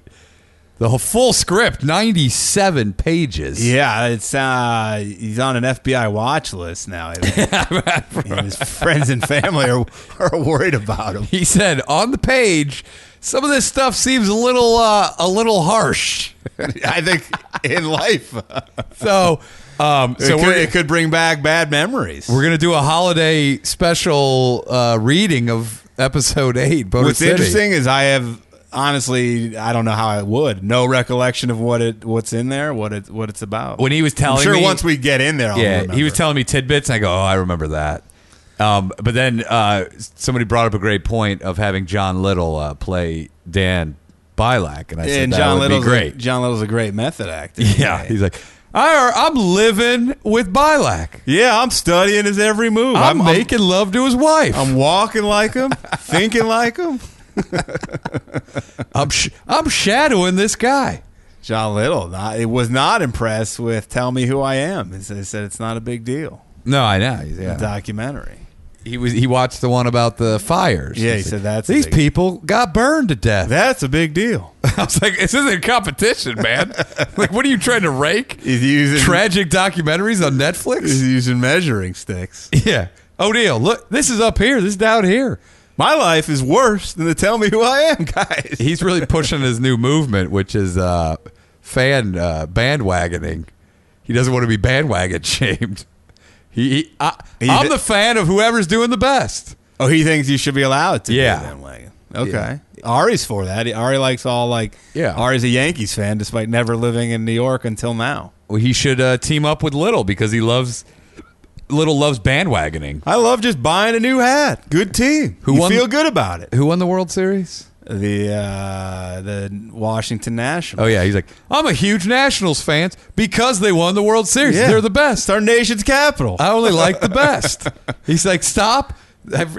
Speaker 1: The whole- full script, 97 pages.
Speaker 4: Yeah, it's uh, he's on an FBI watch list now.
Speaker 1: *laughs*
Speaker 4: I think. And his friends and family are, are worried about him.
Speaker 1: He said on the page, some of this stuff seems a little uh, a little harsh. *laughs*
Speaker 4: I think in life,
Speaker 1: So, um,
Speaker 4: so
Speaker 1: so
Speaker 4: it could,
Speaker 1: we're,
Speaker 4: it could bring back bad memories.
Speaker 1: we're gonna do a holiday special uh, reading of episode eight. Boner
Speaker 4: What's
Speaker 1: City.
Speaker 4: interesting is I have honestly I don't know how I would no recollection of what it what's in there what it what it's about.
Speaker 1: when he was telling
Speaker 4: I'm sure
Speaker 1: me,
Speaker 4: once we get in there, I'll
Speaker 1: yeah, he
Speaker 4: remember.
Speaker 1: was telling me tidbits, and I go, "Oh, I remember that." Um, but then uh, somebody brought up a great point of having John Little uh, play Dan Bilak, and I said
Speaker 4: and
Speaker 1: that
Speaker 4: John
Speaker 1: would
Speaker 4: Little's
Speaker 1: be great.
Speaker 4: A, John Little's a great method
Speaker 1: *laughs*
Speaker 4: actor.
Speaker 1: yeah, he's like, I, "I'm living with Bilak.
Speaker 4: yeah, I'm studying his every move.
Speaker 1: I'm,
Speaker 4: I'm
Speaker 1: making love to his wife.
Speaker 4: I'm,
Speaker 1: I'm
Speaker 4: walking like him, thinking like him.
Speaker 1: I'm, sh- I'm shadowing this guy."
Speaker 4: John Little, not, it was not impressed with "Tell Me Who I Am." He said, he said it's not a big deal.
Speaker 1: No, I know. he's-
Speaker 4: The
Speaker 1: Yeah.
Speaker 4: documentary.
Speaker 1: He was he watched the one about the fires.
Speaker 4: Yeah, he
Speaker 1: He's
Speaker 4: said
Speaker 1: like,
Speaker 4: that's a
Speaker 1: these
Speaker 4: big-
Speaker 1: people got burned to death.
Speaker 4: *laughs* That's a big deal.
Speaker 1: I was like, this isn't a competition,
Speaker 4: *laughs*
Speaker 1: man. like, what are you trying to rake?
Speaker 4: He's *laughs* using
Speaker 1: Tragic documentaries on
Speaker 4: he's
Speaker 1: Netflix?
Speaker 4: using measuring sticks.
Speaker 1: *laughs* Yeah. O'Neill, look, this is up here. This is down here.
Speaker 4: My life is worse than the tell me who I am, *laughs* guys.
Speaker 1: He's really pushing his new movement, which is uh, fan uh, bandwagoning. He doesn't want to be bandwagon *laughs* shamed. He, he, I,
Speaker 4: He
Speaker 1: I'm
Speaker 4: did-
Speaker 1: the fan of whoever's doing the best.
Speaker 4: Oh, he thinks you should be allowed to.
Speaker 1: Yeah.
Speaker 4: Be a bandwagon. Okay. Ari's for that. Ari likes all like.
Speaker 1: Yeah.
Speaker 4: Ari's a Yankees fan, despite never living in New York until now.
Speaker 1: Well, he should uh, team up with Little because he loves Little loves bandwagoning.
Speaker 4: I love just buying a new hat. Good team.
Speaker 1: Who
Speaker 4: you
Speaker 1: won-
Speaker 4: Feel good about it.
Speaker 1: Who won the World Series?
Speaker 4: The uh, the Washington Nationals.
Speaker 1: Oh yeah, he's like, I'm a huge Nationals fan because they won the World Series.
Speaker 4: Yeah.
Speaker 1: They're the
Speaker 4: It's
Speaker 1: best.
Speaker 4: our nation's capital.
Speaker 1: I only like the
Speaker 4: *laughs*
Speaker 1: best. He's like, stop.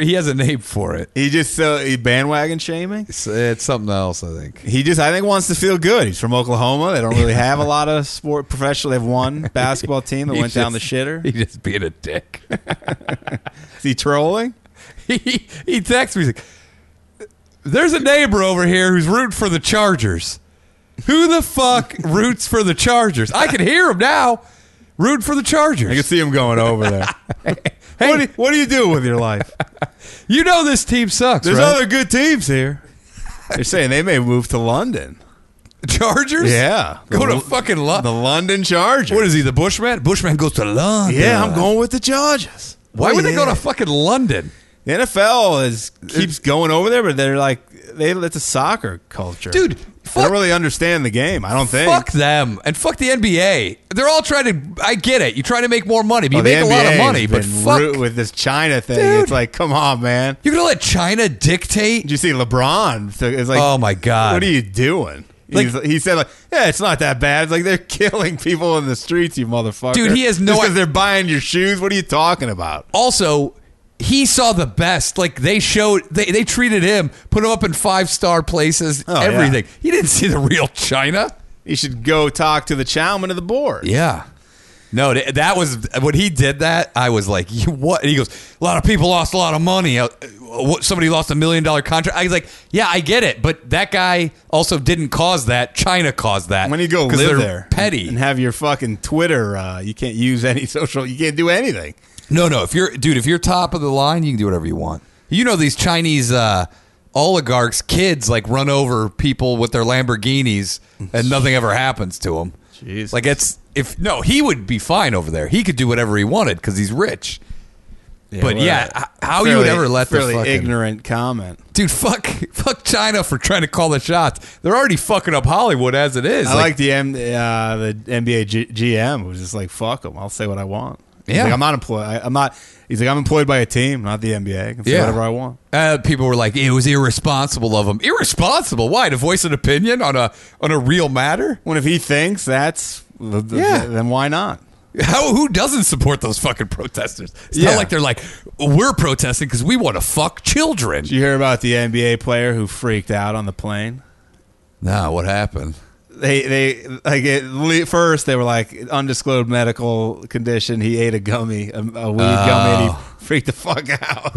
Speaker 1: He has a name for it.
Speaker 4: he just uh, he bandwagon shaming.
Speaker 1: It's, it's something else, I think.
Speaker 4: He just I think wants to feel good. He's from Oklahoma. They don't really have a lot of sport professional. They have one *laughs* basketball team that
Speaker 1: He
Speaker 4: went down the
Speaker 1: just-
Speaker 4: shitter.
Speaker 1: He just being a dick. *laughs*
Speaker 4: Is he trolling?
Speaker 1: he he texts me he's like, "There's a neighbor over here who's rooting for the Chargers. Who the
Speaker 4: *laughs*
Speaker 1: fuck roots for the Chargers? I can hear him now. Rooting for the Chargers.
Speaker 4: I can see him going over there.
Speaker 1: Hey.
Speaker 4: what, do you, *laughs* what do you do with your *laughs* life?
Speaker 1: you know this team sucks.
Speaker 4: There's
Speaker 1: right?
Speaker 4: other good teams here. They're saying they may move to London.
Speaker 1: Chargers.
Speaker 4: Yeah.
Speaker 1: Go
Speaker 4: The
Speaker 1: to
Speaker 4: L-
Speaker 1: fucking London.
Speaker 4: The London Chargers.
Speaker 1: What is he, the Bushman? Bushman goes to London.
Speaker 4: Yeah, I'm going with the Chargers.
Speaker 1: Why would they go to
Speaker 4: F-
Speaker 1: fucking London?
Speaker 4: the NFL is keeps going over there, but they're like they it's a soccer culture,
Speaker 1: Dude,
Speaker 4: I
Speaker 1: fuck-
Speaker 4: don't really understand the game. I don't think.
Speaker 1: Fuck them and fuck the NBA. They're all trying to. I get it. You try to make more money, but
Speaker 4: Oh,
Speaker 1: you
Speaker 4: the
Speaker 1: make a lot of
Speaker 4: NBA has
Speaker 1: money. But
Speaker 4: been
Speaker 1: fuck,
Speaker 4: root with this China thing.
Speaker 1: Dude.
Speaker 4: It's like, come on, man.
Speaker 1: you're gonna let China dictate?
Speaker 4: Did you see LeBron? So It's like,
Speaker 1: Oh, my God.
Speaker 4: what are you doing?
Speaker 1: Like-
Speaker 4: He's- he said, like, yeah, it's not that bad. It's like they're *laughs* killing people in the streets, you motherfucker.
Speaker 1: Dude, he has no
Speaker 4: because
Speaker 1: i-
Speaker 4: they're buying your shoes. What are you talking about?
Speaker 1: also he saw the best like they showed they, they treated him put him up in five star places
Speaker 4: Oh,
Speaker 1: everything he didn't see the real china
Speaker 4: You should go talk to the chairman of the board.
Speaker 1: yeah no th- that was when he did that i was like you what and he goes a lot of people lost a lot of money Uh, what, somebody lost a million dollar contract i was like yeah i get it but that guy also didn't cause that china caused that
Speaker 4: When you go
Speaker 1: 'Cause
Speaker 4: live
Speaker 1: they're
Speaker 4: there,
Speaker 1: petty
Speaker 4: and have your fucking Twitter, uh, you can't use any *laughs* social. You can't do anything.
Speaker 1: No, no. If you're, dude, if you're top of the line, you can do whatever you want. You know these Chinese uh, oligarchs' kids like run over people with their Lamborghinis, and nothing ever happens to them.
Speaker 4: Jesus.
Speaker 1: Like it's if no, he would be fine over there. He could do whatever he wanted because he's rich. but
Speaker 4: well,
Speaker 1: yeah, h- how Oh, you would
Speaker 4: Fairly-
Speaker 1: ever let the
Speaker 4: fairly
Speaker 1: fucking
Speaker 4: ignorant comment?
Speaker 1: dude fuck *laughs* fuck China for trying to call the shots? They're already fucking up Hollywood as it is.
Speaker 4: I like, the M, uh, the NBA G- GM who was just like, "Fuck them. I'll say what I want." He's
Speaker 1: Yeah.
Speaker 4: like, I'm not employed. I, I'm not. He's like, I'm employed by a team, not the NBA. I can say
Speaker 1: Yeah.
Speaker 4: whatever I want.
Speaker 1: Uh, people were like, "It was irresponsible of him." Irresponsible? Why? To voice an opinion on a on a real matter? *laughs*
Speaker 4: When if he thinks that's, the, the-
Speaker 1: Yeah.
Speaker 4: then why not?
Speaker 1: How who doesn't support those fucking protesters? It's
Speaker 4: Yeah.
Speaker 1: not like they're like we're protesting because we want to fuck children.
Speaker 4: Did you hear about the NBA player who freaked out on the plane?
Speaker 1: Nah, what happened?
Speaker 4: They they like it, le- first they were like undisclosed medical condition. He ate a gummy, a, a weed gummy, and
Speaker 1: Oh.
Speaker 4: he freaked the fuck out.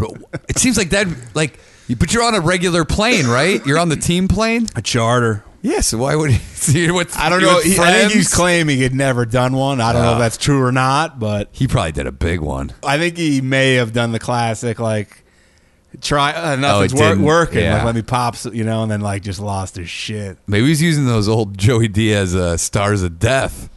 Speaker 1: It seems like that like but you're on a regular plane, right? You're on the team plane.
Speaker 4: A charter.
Speaker 1: Yes. why would he? *laughs* See, with,
Speaker 4: I don't
Speaker 1: you're
Speaker 4: know.
Speaker 1: with
Speaker 4: He, I think he's
Speaker 1: friends?
Speaker 4: claiming he'd never done one. I don't know if
Speaker 1: Yeah.
Speaker 4: that's true or not, but
Speaker 1: he probably did a big one.
Speaker 4: I think he may have done the classic like try uh, nothing's wor-
Speaker 1: Oh, didn't.
Speaker 4: working.
Speaker 1: Yeah.
Speaker 4: Like let me pop, s- you know, and then like just lost his shit.
Speaker 1: Maybe he's using those old Joey Diaz uh, stars of death.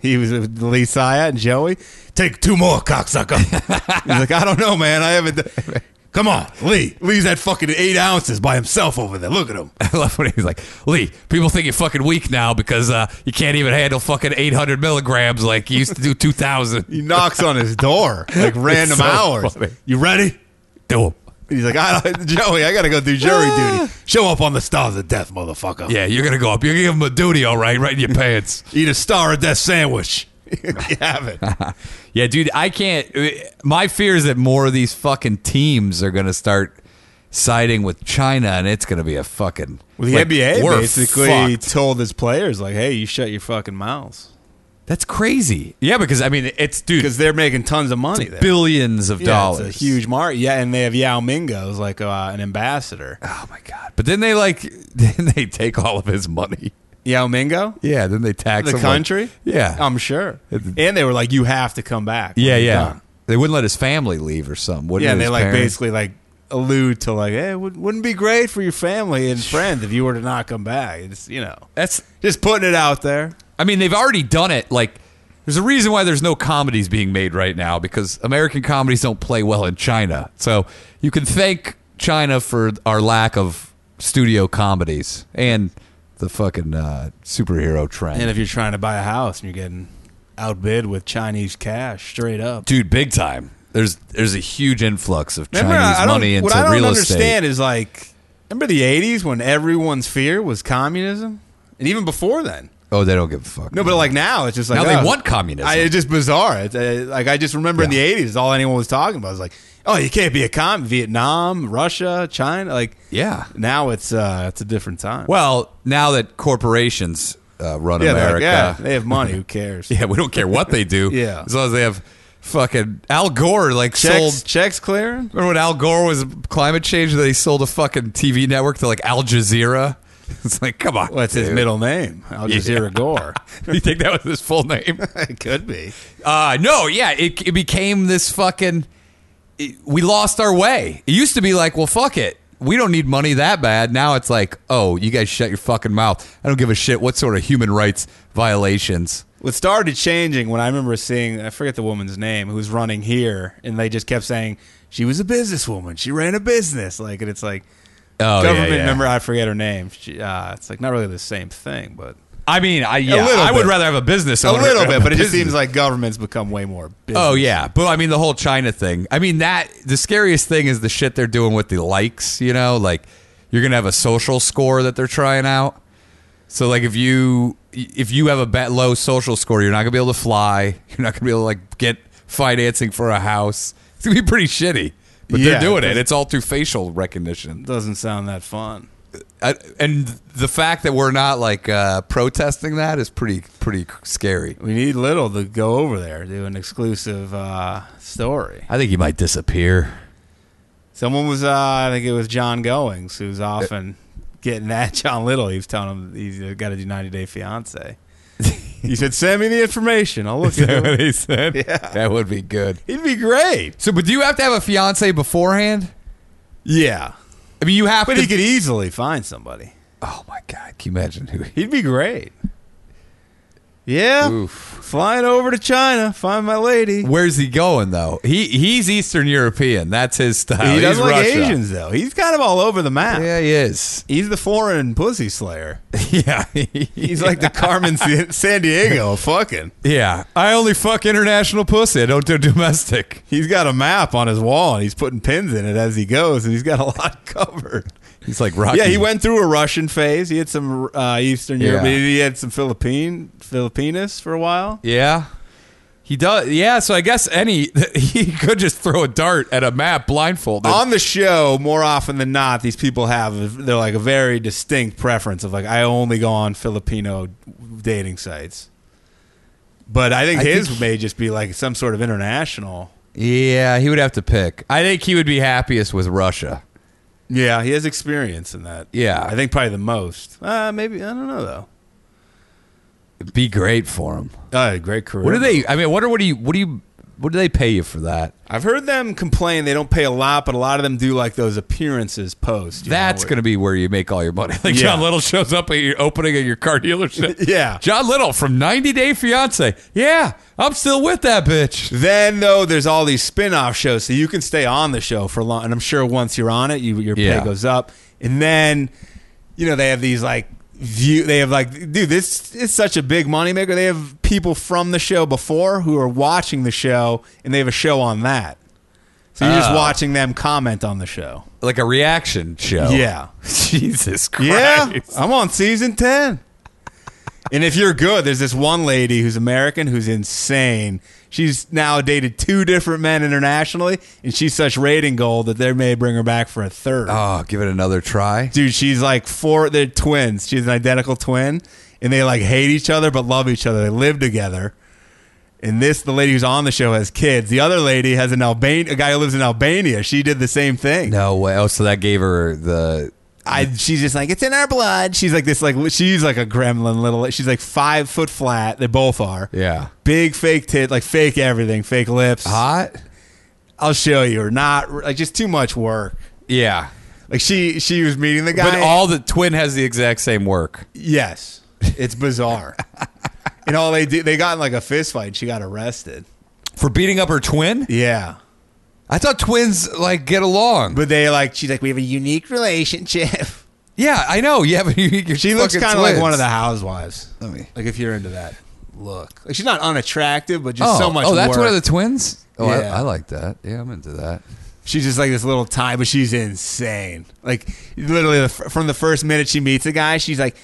Speaker 4: He was with Lee Saya and Joey. Take two
Speaker 1: *laughs*
Speaker 4: more, cocksucker. he's like, I don't know, man. I haven't. d- Come on, Lee. Lee's at fucking eight ounces by himself over there. Look at him.
Speaker 1: *laughs* I love when he's like, Lee, people think you're fucking weak now because uh, you can't even handle fucking 800 milligrams like you used to do *laughs* 2,000.
Speaker 4: He knocks on his door like random
Speaker 1: so
Speaker 4: hours.
Speaker 1: funny.
Speaker 4: You ready?
Speaker 1: Do 'em.
Speaker 4: He's like, I, *laughs* Joey, I gotta go do jury
Speaker 1: Ah.
Speaker 4: duty. Show up on the stars of death, motherfucker.
Speaker 1: Yeah, you're gonna go up. You're gonna give him a duty, all right, right in your pants.
Speaker 4: Eat a star of death sandwich. *laughs* you have it.
Speaker 1: *laughs* Yeah, dude, I can't. uh, My fear is that more of these fucking teams are gonna start siding with China, and it's gonna be a fucking.
Speaker 4: Well, the
Speaker 1: like,
Speaker 4: NBA
Speaker 1: we're
Speaker 4: basically
Speaker 1: fucked.
Speaker 4: told his players, like, hey, you shut your fucking mouths.
Speaker 1: That's crazy. Yeah, because I mean, it's dude,
Speaker 4: Because they're making tons of money there.
Speaker 1: billions of
Speaker 4: Yeah,
Speaker 1: dollars.
Speaker 4: It's a huge market. Yeah, and they have Yao Mingo's like uh, an ambassador.
Speaker 1: Oh my god! But then they like, *laughs* then they take all of his money.
Speaker 4: Yao Mingo?
Speaker 1: Yeah, then they tax
Speaker 4: The
Speaker 1: him, like-
Speaker 4: country?
Speaker 1: yeah,
Speaker 4: I'm sure. And they were like, you have to come back. when
Speaker 1: yeah,
Speaker 4: you're
Speaker 1: yeah.
Speaker 4: done.
Speaker 1: They wouldn't let his family leave or something. Wouldn't
Speaker 4: Yeah, and
Speaker 1: his
Speaker 4: they like
Speaker 1: parents?
Speaker 4: basically like allude to like, hey, it would, wouldn't be great for your
Speaker 1: *laughs*
Speaker 4: family and friends if you were to not come back. It's, you know,
Speaker 1: That's
Speaker 4: just putting it out there.
Speaker 1: I mean, they've already done it. Like, there's a reason why there's no comedies being made right now because American comedies don't play well in China. So you can thank China for our lack of studio comedies and the fucking uh, superhero trend.
Speaker 4: And if you're trying to buy a house and you're getting outbid with Chinese cash straight up.
Speaker 1: Dude, big time. There's there's a huge influx of
Speaker 4: Remember,
Speaker 1: Chinese
Speaker 4: I don't,
Speaker 1: money into
Speaker 4: what I don't
Speaker 1: real
Speaker 4: understand
Speaker 1: estate.
Speaker 4: is like, remember the '80s when everyone's fear was communism, and even before then.
Speaker 1: Oh, they don't give a fuck.
Speaker 4: No, but like now, it's just like
Speaker 1: Now they
Speaker 4: oh,
Speaker 1: want communism.
Speaker 4: I, it's just bizarre. It's, uh, like I just remember in the
Speaker 1: Yeah.
Speaker 4: '80s, all anyone was talking about was like, "Oh, you can't be a com." Vietnam, Russia, China. Like,
Speaker 1: yeah.
Speaker 4: now it's uh, it's a different time.
Speaker 1: Well, now that corporations uh, run
Speaker 4: yeah, they're
Speaker 1: America,
Speaker 4: like, yeah, they have money. Who
Speaker 1: *laughs*
Speaker 4: cares?
Speaker 1: Yeah, we don't care what they do.
Speaker 4: *laughs* Yeah.
Speaker 1: As long as they have fucking Al Gore like
Speaker 4: Checks,
Speaker 1: sold
Speaker 4: checks clearing.
Speaker 1: Remember when Al Gore was climate change that he sold a fucking TV network to like Al Jazeera? *laughs* It's like, come on.
Speaker 4: What's his
Speaker 1: dude.
Speaker 4: middle name? Al Jazeera Gore.
Speaker 1: *laughs* You think that was his full name? *laughs*
Speaker 4: it could be.
Speaker 1: Uh no, yeah, it, it became this fucking it- we lost our way. It used to be like, well, fuck it. We don't need money that bad. Now it's like, oh, you guys shut your fucking mouth. I don't give a shit what sort of human rights violations.
Speaker 4: What started changing when I remember seeing, I forget the woman's name, who was running here, and they just kept saying she was a businesswoman. She ran a business. Like, and it's like,
Speaker 1: Oh,
Speaker 4: government
Speaker 1: yeah, yeah.
Speaker 4: member, I forget her name. She, uh, it's like not really the same thing, but
Speaker 1: I mean, I yeah,
Speaker 4: little
Speaker 1: I would
Speaker 4: bit.
Speaker 1: rather have a business.
Speaker 4: a
Speaker 1: owner
Speaker 4: little
Speaker 1: than
Speaker 4: bit. But it just
Speaker 1: business
Speaker 4: seems like government's become way more business.
Speaker 1: Oh yeah, but I mean the whole China thing. I mean that the scariest thing is the shit they're doing with the likes. You know, like you're gonna have a social score that they're trying out. So like if you if you have a ba- low social score, you're not gonna be able to fly. *laughs* You're not gonna be able to like get financing for a house. It's gonna be pretty shitty. But
Speaker 4: Yeah,
Speaker 1: they're doing it.
Speaker 4: that's-
Speaker 1: It's all through facial recognition.
Speaker 4: Doesn't sound that fun.
Speaker 1: I, and the fact that we're not like uh, protesting that is pretty pretty scary.
Speaker 4: We need Little to go over there do an exclusive uh, story.
Speaker 1: I think he might disappear. *laughs*
Speaker 4: Someone was, uh, I think it was John Goings, who's
Speaker 1: Uh,
Speaker 4: often getting at John Little. He was telling him he's got to do 90 Day Fiance. he said, "Send me the information. I'll
Speaker 1: Is
Speaker 4: look
Speaker 1: *laughs* that
Speaker 4: at
Speaker 1: what
Speaker 4: it.
Speaker 1: he said?
Speaker 4: Yeah.
Speaker 1: That would be good.
Speaker 4: He'd be great."
Speaker 1: So, but do you have to have a fiance beforehand?
Speaker 4: Yeah,
Speaker 1: I mean, you have
Speaker 4: but
Speaker 1: to.
Speaker 4: he could easily find somebody.
Speaker 1: oh my god! Can you imagine who? He, *laughs*
Speaker 4: He'd be great. Yeah,
Speaker 1: Oof.
Speaker 4: flying over to China, find my lady.
Speaker 1: Where's he going though? He he's Eastern European. That's his style.
Speaker 4: he
Speaker 1: he's
Speaker 4: doesn't like
Speaker 1: Russia.
Speaker 4: Asians though. He's kind of all over the map.
Speaker 1: Yeah, he is. *laughs*
Speaker 4: He's the foreign pussy slayer.
Speaker 1: Yeah,
Speaker 4: He's
Speaker 1: *laughs*
Speaker 4: like the Carmen San San Diego. of Fucking.
Speaker 1: yeah. I only fuck international pussy. I don't do domestic.
Speaker 4: He's got a map on his wall and he's putting pins in it as he goes, and he's got a lot *laughs* covered.
Speaker 1: He's like Rocky.
Speaker 4: Yeah, he went through a Russian phase. He had some uh, Eastern
Speaker 1: Yeah.
Speaker 4: European. He had some Philippine Filipinas for a while.
Speaker 1: Yeah. He does. Yeah, so I guess any *laughs* he could just throw a dart at a map blindfolded.
Speaker 4: on the show more often than not these people have they're like a very distinct preference of like i only go on filipino dating sites but i think
Speaker 1: I
Speaker 4: his
Speaker 1: think-
Speaker 4: may just be like some sort of international
Speaker 1: yeah, he would have to pick. I think he would be happiest with Russia.
Speaker 4: yeah he has experience in that
Speaker 1: Yeah.
Speaker 4: i think probably the most uh maybe i don't know though
Speaker 1: It'd be great for him.
Speaker 4: uh, great career
Speaker 1: What do they? I mean, I wonder what do you? What do you? What do they pay you for that?
Speaker 4: i've heard them complain they don't pay a lot but a lot of them do like those appearances post you know,
Speaker 1: That's
Speaker 4: where-
Speaker 1: going to be where you make all your money. *laughs* Like
Speaker 4: Yeah.
Speaker 1: John Little shows up at your opening of your car dealership.
Speaker 4: *laughs* Yeah.
Speaker 1: John Little from 90 Day Fiance. Yeah, I'm still with that bitch.
Speaker 4: Then though, there's all these spin-off shows, so you can stay on the show for long. And I'm sure once you're on it, you, your
Speaker 1: Yeah.
Speaker 4: pay goes up. And then, you know, they have these like view. They have like, dude, this is such a big moneymaker. They have people from the show before who are watching the show, and they have a show on that. So you're just
Speaker 1: Oh.
Speaker 4: watching them comment on the show.
Speaker 1: Like a reaction show.
Speaker 4: Yeah.
Speaker 1: *laughs*
Speaker 4: *laughs*
Speaker 1: Jesus Christ.
Speaker 4: Yeah, Uh, I'm on season 10. And if you're good, there's this one lady who's American who's insane. She's now dated two different men internationally, and she's such rating gold that they may bring her back for a third.
Speaker 1: Oh, give it another try.
Speaker 4: Dude, she's like four, they're twins. She's an identical twin, and they like hate each other but love each other. They live together. And this, the lady who's on the show has kids. The other lady has an Alban, a guy who lives in Albania. She did the same thing.
Speaker 1: No way. Oh, so that gave her the.
Speaker 4: I she's just like it's in our blood. She's like this like she's like a gremlin little. She's like five foot flat. They both are.
Speaker 1: Yeah.
Speaker 4: Big fake tit, like fake everything, fake lips.
Speaker 1: Hot?
Speaker 4: I'll show you or not. Like just too much work.
Speaker 1: Yeah.
Speaker 4: Like she she was meeting the guy.
Speaker 1: But all the twin has the exact same work.
Speaker 4: yes,
Speaker 1: *laughs*
Speaker 4: it's bizarre. and all they did, they got in like a fist fight. And she got arrested.
Speaker 1: For beating up her twin?
Speaker 4: Yeah,
Speaker 1: I thought twins, like, get along.
Speaker 4: but they like she's like we have a unique
Speaker 1: *laughs*
Speaker 4: relationship.
Speaker 1: yeah, I know. *laughs* You have a unique.
Speaker 4: She looks kind of like one of the housewives.
Speaker 1: Let me-
Speaker 4: Like if you're into that look, like she's not unattractive, but just
Speaker 1: oh,
Speaker 4: so much.
Speaker 1: Oh, that's
Speaker 4: work.
Speaker 1: one of the twins? Oh,
Speaker 4: Yeah.
Speaker 1: I, I like that. Yeah, I'm into that.
Speaker 4: She's just like this little tie, but she's insane. Like literally the, from the first minute she meets a guy, she's like,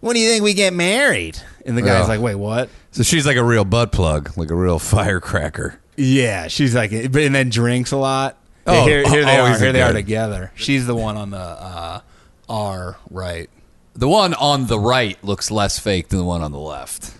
Speaker 4: "When do you think we get married?" And the guy's
Speaker 1: Yeah.
Speaker 4: like, "Wait, what?"
Speaker 1: So she's like a real butt plug, like a real *laughs* firecracker.
Speaker 4: Yeah, she's like, eh, but and then drinks a lot. Hey,
Speaker 1: Oh,
Speaker 4: here, here they are.
Speaker 1: always
Speaker 4: Here they are
Speaker 1: again.
Speaker 4: together. She's the one on the uh, R right,
Speaker 1: The one on the right looks less fake than the one on the left.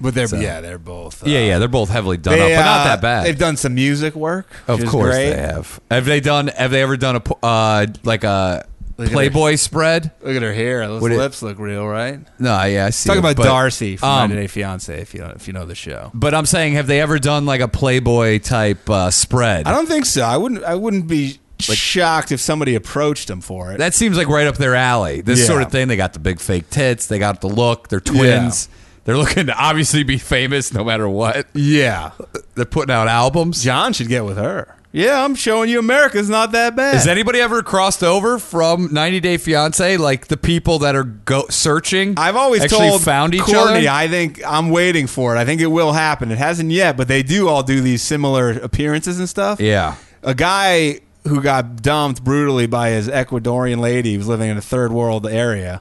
Speaker 4: but they're yeah, they're both. Uh,
Speaker 1: yeah, yeah, they're both heavily done
Speaker 4: they,
Speaker 1: up, but
Speaker 4: uh,
Speaker 1: not that bad.
Speaker 4: They've done some music work.
Speaker 1: Of
Speaker 4: which is
Speaker 1: course
Speaker 4: great.
Speaker 1: they have. Have they done? Have they ever done a po- uh, like a
Speaker 4: Look at
Speaker 1: Playboy spread?
Speaker 4: Look at her hair. Those
Speaker 1: Would it-
Speaker 4: lips look real, right?
Speaker 1: No, yeah, I see.
Speaker 4: Talk
Speaker 1: it,
Speaker 4: about
Speaker 1: but,
Speaker 4: Darcy from
Speaker 1: um,
Speaker 4: 90 Day Fiance. If you know, if you know the show,
Speaker 1: But I'm saying, have they ever done like a Playboy type uh, spread?
Speaker 4: I don't think so. I wouldn't. I wouldn't be shocked if somebody approached him for it.
Speaker 1: that seems like right up their alley. This
Speaker 4: Yeah.
Speaker 1: sort of thing. They got the big fake tits. They got the look. They're twins. They're looking to obviously be famous no matter what.
Speaker 4: yeah,
Speaker 1: They're putting out albums.
Speaker 4: John should get with her. Yeah, I'm showing you America's not that bad.
Speaker 1: Has anybody ever crossed over from 90 Day Fiance? Like the people that are go searching?
Speaker 4: I've always
Speaker 1: actually
Speaker 4: told
Speaker 1: found each
Speaker 4: Courtney,
Speaker 1: other.
Speaker 4: I think I'm waiting for it. I think it will happen. It hasn't yet, but they do all do these similar appearances and stuff.
Speaker 1: yeah.
Speaker 4: a guy who got dumped brutally by his Ecuadorian lady who was living in a third world area.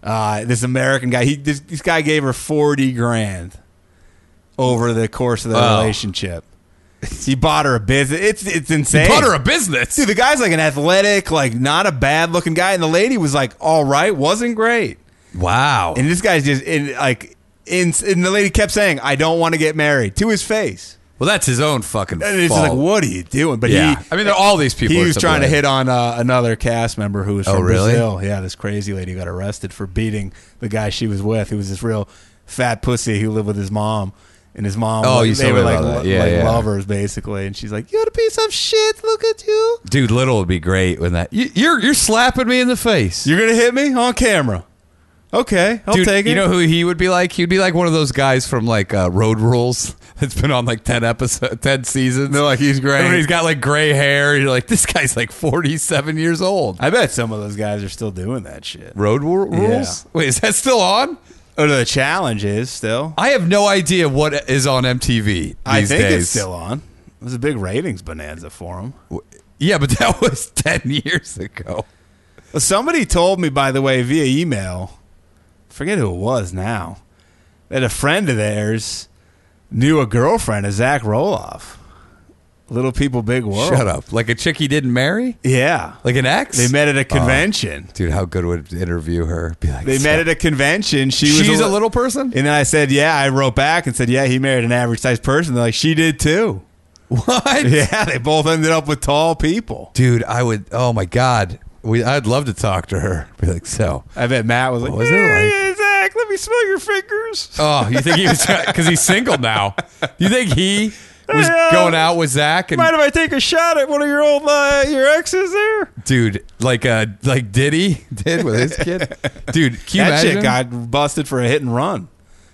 Speaker 4: Uh, this American guy, he this, this guy gave her forty grand over the course of the
Speaker 1: Wow.
Speaker 4: relationship. He bought her a business. It's it's insane.
Speaker 1: Butter a business.
Speaker 4: Dude, the guy's like an athletic, like not a bad looking guy, and the lady was like, all right, wasn't great.
Speaker 1: Wow.
Speaker 4: And this guy's just in like, in, and the lady kept saying, I don't want to get married to his face.
Speaker 1: well, that's his own fucking
Speaker 4: And it's just
Speaker 1: fault.
Speaker 4: like, what are you doing? But
Speaker 1: Yeah.
Speaker 4: he,
Speaker 1: I mean, they're- all these people
Speaker 4: He
Speaker 1: are
Speaker 4: was
Speaker 1: to
Speaker 4: trying to
Speaker 1: blame.
Speaker 4: hit on uh, another cast member who was
Speaker 1: Oh,
Speaker 4: from
Speaker 1: really?
Speaker 4: Brazil. Yeah, this crazy lady got arrested for beating the guy she was with, who was this real fat pussy who lived with his mom. And his mom,
Speaker 1: Oh,
Speaker 4: they
Speaker 1: you told
Speaker 4: were
Speaker 1: me
Speaker 4: like,
Speaker 1: about that.
Speaker 4: lo-
Speaker 1: Yeah,
Speaker 4: like
Speaker 1: yeah.
Speaker 4: lovers basically. And she's like, "You're a piece of shit. Look at you.
Speaker 1: Dude, little would be great when that. You, you're you're slapping me in the face.
Speaker 4: You're gonna hit me on camera. Okay, I'll
Speaker 1: Dude,
Speaker 4: take it.
Speaker 1: you know who he would be like? He'd be like one of those guys from like uh, Road Rules *laughs* that's been on like ten episode, ten seasons.
Speaker 4: They're like, he's great.
Speaker 1: Remember, he's got like gray hair. You're like, this guy's like forty seven years old.
Speaker 4: I bet some of those guys are still doing that shit.
Speaker 1: Road Ru- Rules. Wait, is that still on?
Speaker 4: Oh, no, the challenge is still.
Speaker 1: I have no idea what is on MTV. These
Speaker 4: I think
Speaker 1: days.
Speaker 4: it's still on. It was a big ratings bonanza for them.
Speaker 1: Yeah, but *laughs* that was ten years ago.
Speaker 4: Well, somebody told me, by the way, via email. Forget who it was now. That a friend of theirs knew a girlfriend of Zach Roloff. Little people, big world.
Speaker 1: Shut up. Like a chick he didn't marry.
Speaker 4: Yeah,
Speaker 1: Like an ex.
Speaker 4: they met at a convention.
Speaker 1: Dude, how good would it interview her? Be like,
Speaker 4: they met at a convention. She was
Speaker 1: She's a
Speaker 4: li-
Speaker 1: little person.
Speaker 4: And then I said, "Yeah." I wrote back and said, "Yeah, he married an average sized person." They're like, "She did too."
Speaker 1: *laughs*
Speaker 4: *laughs*
Speaker 1: What?
Speaker 4: Yeah, they both ended up with tall people.
Speaker 1: Dude, I would. Oh my god, we. I'd love to talk to her. Be like, so.
Speaker 4: I bet Matt was like,
Speaker 1: was it like?
Speaker 4: "Yeah, Zach, let me smell your fingers."
Speaker 1: Oh, you think he *laughs* was because he's single now? You think he was
Speaker 4: Yeah.
Speaker 1: going out with Zach and
Speaker 4: Mind if I take a shot at one of your old uh, your exes there?
Speaker 1: dude like uh like Diddy *laughs* did with his kid? Dude, can you
Speaker 4: that
Speaker 1: imagine?
Speaker 4: chick got busted for a hit and run.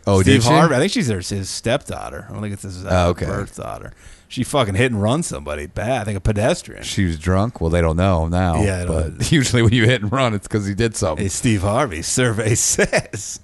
Speaker 1: oh, did
Speaker 4: Steve
Speaker 1: she?
Speaker 4: Harvey. I think she's his, his stepdaughter. I don't think it's his uh,
Speaker 1: Oh, okay.
Speaker 4: birth daughter. She fucking hit and run somebody bad. I think a pedestrian.
Speaker 1: She was drunk. Well, they don't know now.
Speaker 4: Yeah, I don't-
Speaker 1: but *laughs* usually when you hit and run, it's because he did something.
Speaker 4: Hey, Steve Harvey. Survey *laughs* says.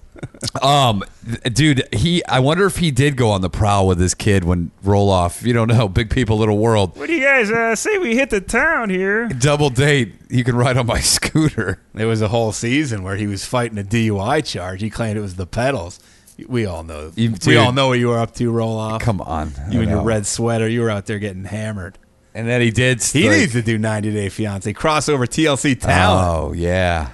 Speaker 1: Um, th- dude, he. I wonder if he did go on the prowl with his kid when Roloff. You don't know, big people, little world.
Speaker 5: What do you guys uh, say we hit the town here?
Speaker 1: Double date. You can ride on my *laughs* scooter.
Speaker 4: There was a whole season where he was fighting a DUI charge. He claimed it was the pedals. We all know.
Speaker 1: You-
Speaker 4: we
Speaker 1: dude.
Speaker 4: all know what you were up to. Roll off.
Speaker 1: Come on,
Speaker 4: you
Speaker 1: I
Speaker 4: in your
Speaker 1: know.
Speaker 4: red sweater. You were out there getting hammered.
Speaker 1: And then he did.
Speaker 4: He
Speaker 1: like-
Speaker 4: needs to do 90 Day Fiance crossover TLC talent.
Speaker 1: Oh yeah,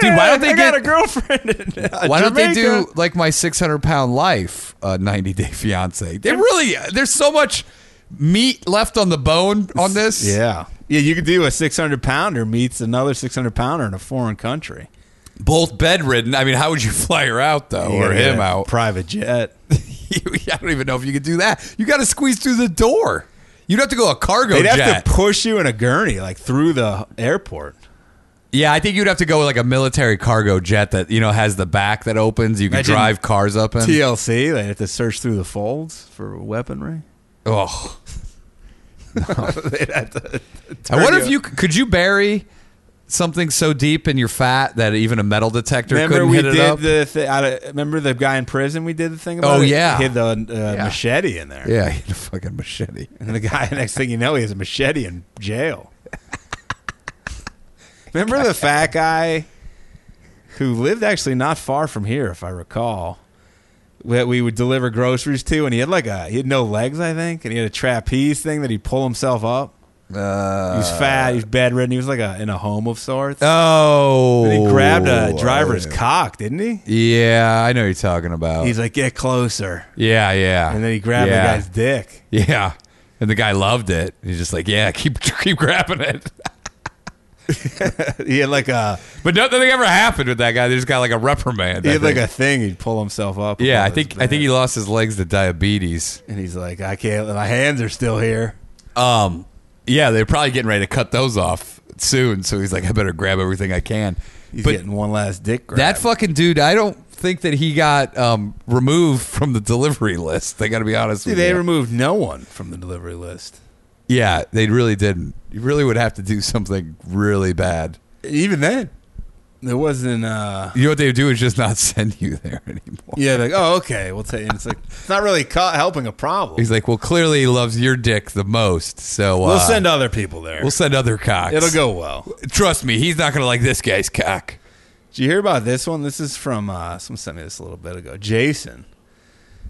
Speaker 1: dude. Why don't they
Speaker 5: I
Speaker 1: get?
Speaker 5: got a girlfriend. In, uh,
Speaker 1: why don't they do
Speaker 5: Jamaica.
Speaker 1: like my 600 pound life uh, 90 day fiance? They really. There's so much meat left on the bone on this.
Speaker 4: Yeah, yeah. You could do a 600 pounder meets another 600 pounder in a foreign country,
Speaker 1: Both bedridden. I mean, how would you *laughs* fly her out though,
Speaker 4: You
Speaker 1: or
Speaker 4: gotta get
Speaker 1: him
Speaker 4: a
Speaker 1: out?
Speaker 4: Private
Speaker 1: *laughs*
Speaker 4: jet.
Speaker 1: I don't even know if you could do that. You got to squeeze through the door. You'd have to go a cargo
Speaker 4: They'd
Speaker 1: jet.
Speaker 4: have to push you in a gurney like through the airport.
Speaker 1: yeah, I think you'd have to go with like a military cargo jet that you know has the back that opens. You can
Speaker 4: Imagine
Speaker 1: drive cars up in.
Speaker 4: TLC. They have to search through the folds for weaponry. *laughs*
Speaker 1: oh,
Speaker 4: They'd have to
Speaker 1: I wonder if
Speaker 4: you-
Speaker 1: you c- could you bury something so deep in your fat that even a metal detector
Speaker 4: Remember
Speaker 1: couldn't
Speaker 4: we
Speaker 1: hit it up.
Speaker 4: did the thi- I don't- remember the guy in prison we did the thing about
Speaker 1: Oh,
Speaker 4: it?
Speaker 1: yeah.
Speaker 4: he had the uh,
Speaker 1: Yeah.
Speaker 4: machete in there
Speaker 1: yeah, *laughs* he had a fucking machete.
Speaker 4: and the guy *laughs* next thing you know he has a machete in jail remember the fat guy who lived actually not far from here if I recall that we would deliver groceries to and he had like a he had no legs I think and he had a trapeze thing that he'd pull himself up he
Speaker 1: Uh,
Speaker 4: was fat he was bedridden he was like a, in a home of sorts
Speaker 1: oh,
Speaker 4: and he grabbed a driver's
Speaker 1: yeah.
Speaker 4: cock didn't he
Speaker 1: Yeah, I know what you're talking about.
Speaker 4: He's like, get closer.
Speaker 1: yeah, yeah.
Speaker 4: And then he grabbed
Speaker 1: yeah.
Speaker 4: the guy's dick.
Speaker 1: *laughs*
Speaker 4: *laughs*
Speaker 1: Yeah. And the guy loved it. He's just like, yeah, keep *laughs* keep grabbing it.
Speaker 4: He had like a
Speaker 1: But nothing ever happened with that guy. They just got like a reprimand.
Speaker 4: he
Speaker 1: I
Speaker 4: had like
Speaker 1: think.
Speaker 4: a thing. He'd pull himself up.
Speaker 1: yeah. I
Speaker 4: above
Speaker 1: think
Speaker 4: his
Speaker 1: I think he
Speaker 4: bed.
Speaker 1: lost his legs to diabetes.
Speaker 4: and he's like, I can't. My hands are still here.
Speaker 1: Um, yeah, they're probably getting ready to cut those off soon. So he's like, I better grab everything I can.
Speaker 4: He's
Speaker 1: but
Speaker 4: getting one last dick grab.
Speaker 1: that fucking dude, I don't think that he got um, removed from the delivery list. They got to be honest
Speaker 4: Dude,
Speaker 1: with
Speaker 4: they
Speaker 1: you.
Speaker 4: removed no one from the delivery list.
Speaker 1: yeah, they really didn't. You really would have to do something really bad.
Speaker 4: Even then, there wasn't. uh
Speaker 1: You know what they would do is just not *laughs* send you there anymore.
Speaker 4: Yeah, like oh okay, we'll take. And it's like it's not really ca- helping a problem.
Speaker 1: He's like, well, clearly he loves your dick the most, so uh,
Speaker 4: we'll send other people there.
Speaker 1: we'll send other cocks.
Speaker 4: It'll go well.
Speaker 1: Trust me, he's not gonna like this guy's cock.
Speaker 4: Did you hear about this one? This is from uh, someone sent me this a little bit ago. Jason.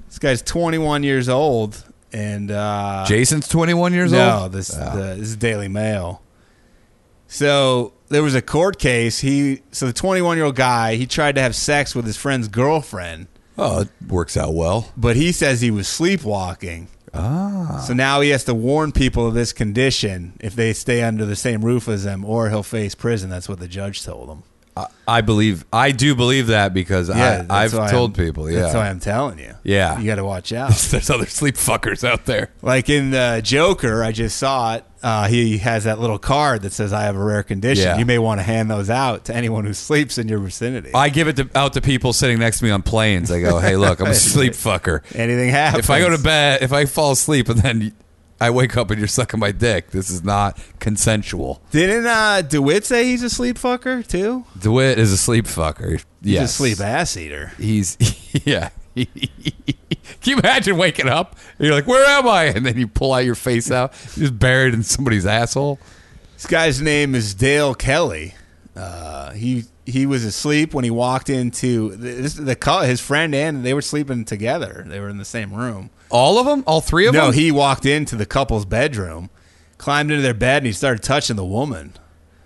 Speaker 4: This guy's 21 years old, and uh,
Speaker 1: Jason's 21 years
Speaker 4: no,
Speaker 1: old. Ah.
Speaker 4: this the, this is Daily Mail. So there was a court case. He so the 21 year old guy he tried to have sex with his friend's girlfriend,
Speaker 1: Oh, it works out well.
Speaker 4: but he says he was sleepwalking. Ah. So now he has to warn people of this condition if they stay under the same roof as him, or he'll face prison. That's what the judge told him.
Speaker 1: I, I believe. I do believe that because
Speaker 4: Yeah,
Speaker 1: I, I've
Speaker 4: that's why
Speaker 1: told
Speaker 4: I'm-
Speaker 1: people. Yeah.
Speaker 4: that's why I'm telling you.
Speaker 1: Yeah.
Speaker 4: you got to watch
Speaker 1: *laughs*
Speaker 4: out.
Speaker 1: There's other sleep fuckers out there.
Speaker 4: like in the Joker, I just saw it. Uh, he has that little card that says, "I have a rare condition."
Speaker 1: Yeah.
Speaker 4: You may want to hand those out to anyone who sleeps in your vicinity.
Speaker 1: I give it to, out to people sitting next to me on planes. I go,
Speaker 4: *laughs*
Speaker 1: "Hey, look, I'm a sleep fucker.
Speaker 4: Anything happens.
Speaker 1: If I go to bed, if I fall asleep and then I wake up and you're sucking my dick, this is not consensual."
Speaker 4: didn't uh, Dewitt say he's a sleep fucker too?
Speaker 1: Dewitt is a sleep fucker.
Speaker 4: He's
Speaker 1: Yes,
Speaker 4: a sleep ass eater.
Speaker 1: He's *laughs* yeah. Can you imagine waking up? And you're like, "Where am I?" And then you pull out your face out, you're just buried in somebody's asshole.
Speaker 4: This guy's name is Dale Kelly. Uh, he he was asleep when he walked into this, the call. His friend and they were sleeping together. They were in the same room.
Speaker 1: All of them, all three of
Speaker 4: No,
Speaker 1: them.
Speaker 4: he walked into the couple's bedroom, climbed into their bed, and he started touching the woman.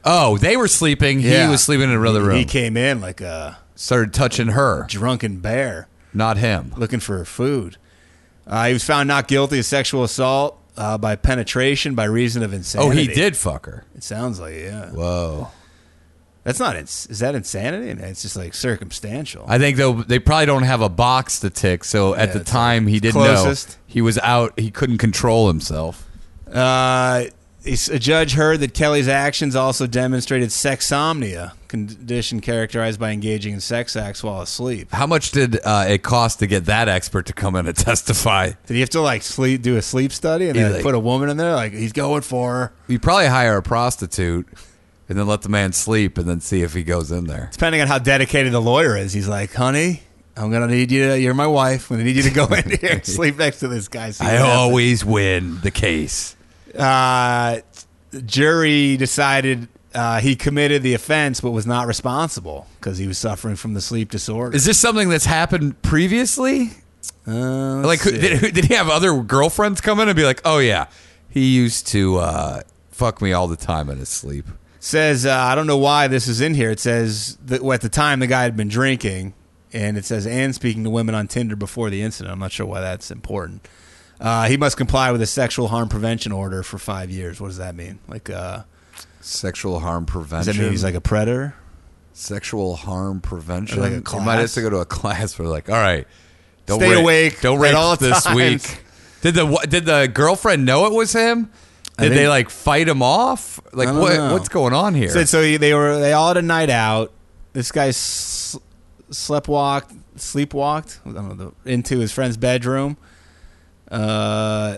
Speaker 1: oh, they were sleeping.
Speaker 4: Yeah.
Speaker 1: He was sleeping in another room.
Speaker 4: He came in like a
Speaker 1: Started touching her,
Speaker 4: drunken bear
Speaker 1: not him.
Speaker 4: looking for food. Uh, he was found not guilty of sexual assault uh, by penetration by reason of insanity.
Speaker 1: Oh, he did fuck her.
Speaker 4: It sounds like yeah.
Speaker 1: Whoa.
Speaker 4: That's not ins- is that insanity? I mean, it's just like circumstantial.
Speaker 1: I think though they probably don't have a box to tick. So at the
Speaker 4: it's
Speaker 1: time he didn't
Speaker 4: closest.
Speaker 1: know he was out. He couldn't control himself.
Speaker 4: Uh, it's- a judge heard that Kelly's actions also demonstrated sexomnia, condition characterized by engaging in sex acts while asleep.
Speaker 1: How much did uh, it cost to get that expert to come in and *laughs* testify?
Speaker 4: Did he have to like sleep, do a sleep study, and
Speaker 1: He's
Speaker 4: then
Speaker 1: like-
Speaker 4: put a woman in there? Like he's going for her.
Speaker 1: You probably hire a prostitute and then let the man sleep and then see if he goes in there.
Speaker 4: Depending on how dedicated the lawyer is, he's like, "Honey, I'm gonna need you. To, you're my wife. I'm gonna need you to go in
Speaker 1: *laughs*
Speaker 4: here and sleep next to this guy." see what
Speaker 1: I
Speaker 4: happens."
Speaker 1: always win the case.
Speaker 4: uh, jury decided uh, he committed the offense, but was not responsible because he was suffering from the sleep disorder.
Speaker 1: Is this something that's happened previously?
Speaker 4: Uh,
Speaker 1: Like,
Speaker 4: let's
Speaker 1: who,
Speaker 4: see.
Speaker 1: did, who- did he have other girlfriends come in and be like, "Oh yeah, he used to uh, fuck me all the time in his sleep."
Speaker 4: says uh, I don't know why this is in here. It says that well, at the time the guy had been drinking, and it says and speaking to women on Tinder before the incident. I'm not sure why that's important. Uh, he must comply with a sexual harm prevention order for five years. What does that mean? Like, uh,
Speaker 1: Sexual harm
Speaker 4: does
Speaker 1: prevention.
Speaker 4: that mean he's like a predator?
Speaker 1: sexual harm prevention.
Speaker 4: Or like a
Speaker 1: You might have
Speaker 4: class?
Speaker 1: to go to a class where like, all right, don't
Speaker 4: Stay
Speaker 1: rape-
Speaker 4: awake
Speaker 1: don't
Speaker 4: at
Speaker 1: rape
Speaker 4: all
Speaker 1: this
Speaker 4: times.
Speaker 1: week. Did the wha- did the girlfriend know it was him?
Speaker 4: I
Speaker 1: Did
Speaker 4: think-
Speaker 1: they like fight him off? Like
Speaker 4: I don't
Speaker 1: what
Speaker 4: know.
Speaker 1: what's going on here?
Speaker 4: So, so he- they were they all had a night out. This guy s- sleptwalked, sleepwalked, I don't know, the, into his friend's bedroom. Uh,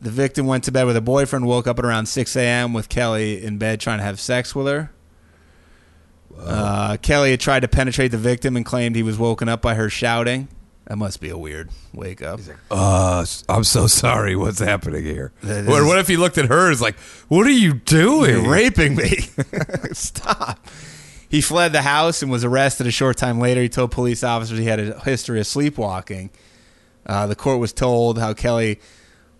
Speaker 4: the victim went to bed with her boyfriend. Woke up at around six a.m. with Kelly in bed trying to have sex with her. Uh, Kelly had tried to penetrate the victim and claimed he was woken up by her shouting. That must be a weird wake up.
Speaker 1: uh, s- I'm so sorry. What's happening here?
Speaker 4: That
Speaker 1: Or
Speaker 4: is-
Speaker 1: what if he looked at her and was like, "What are you doing?
Speaker 4: You're raping me. *laughs* Stop. He fled the house and was arrested a short time later. He told police officers he had a history of sleepwalking. Uh, the court was told how Kelly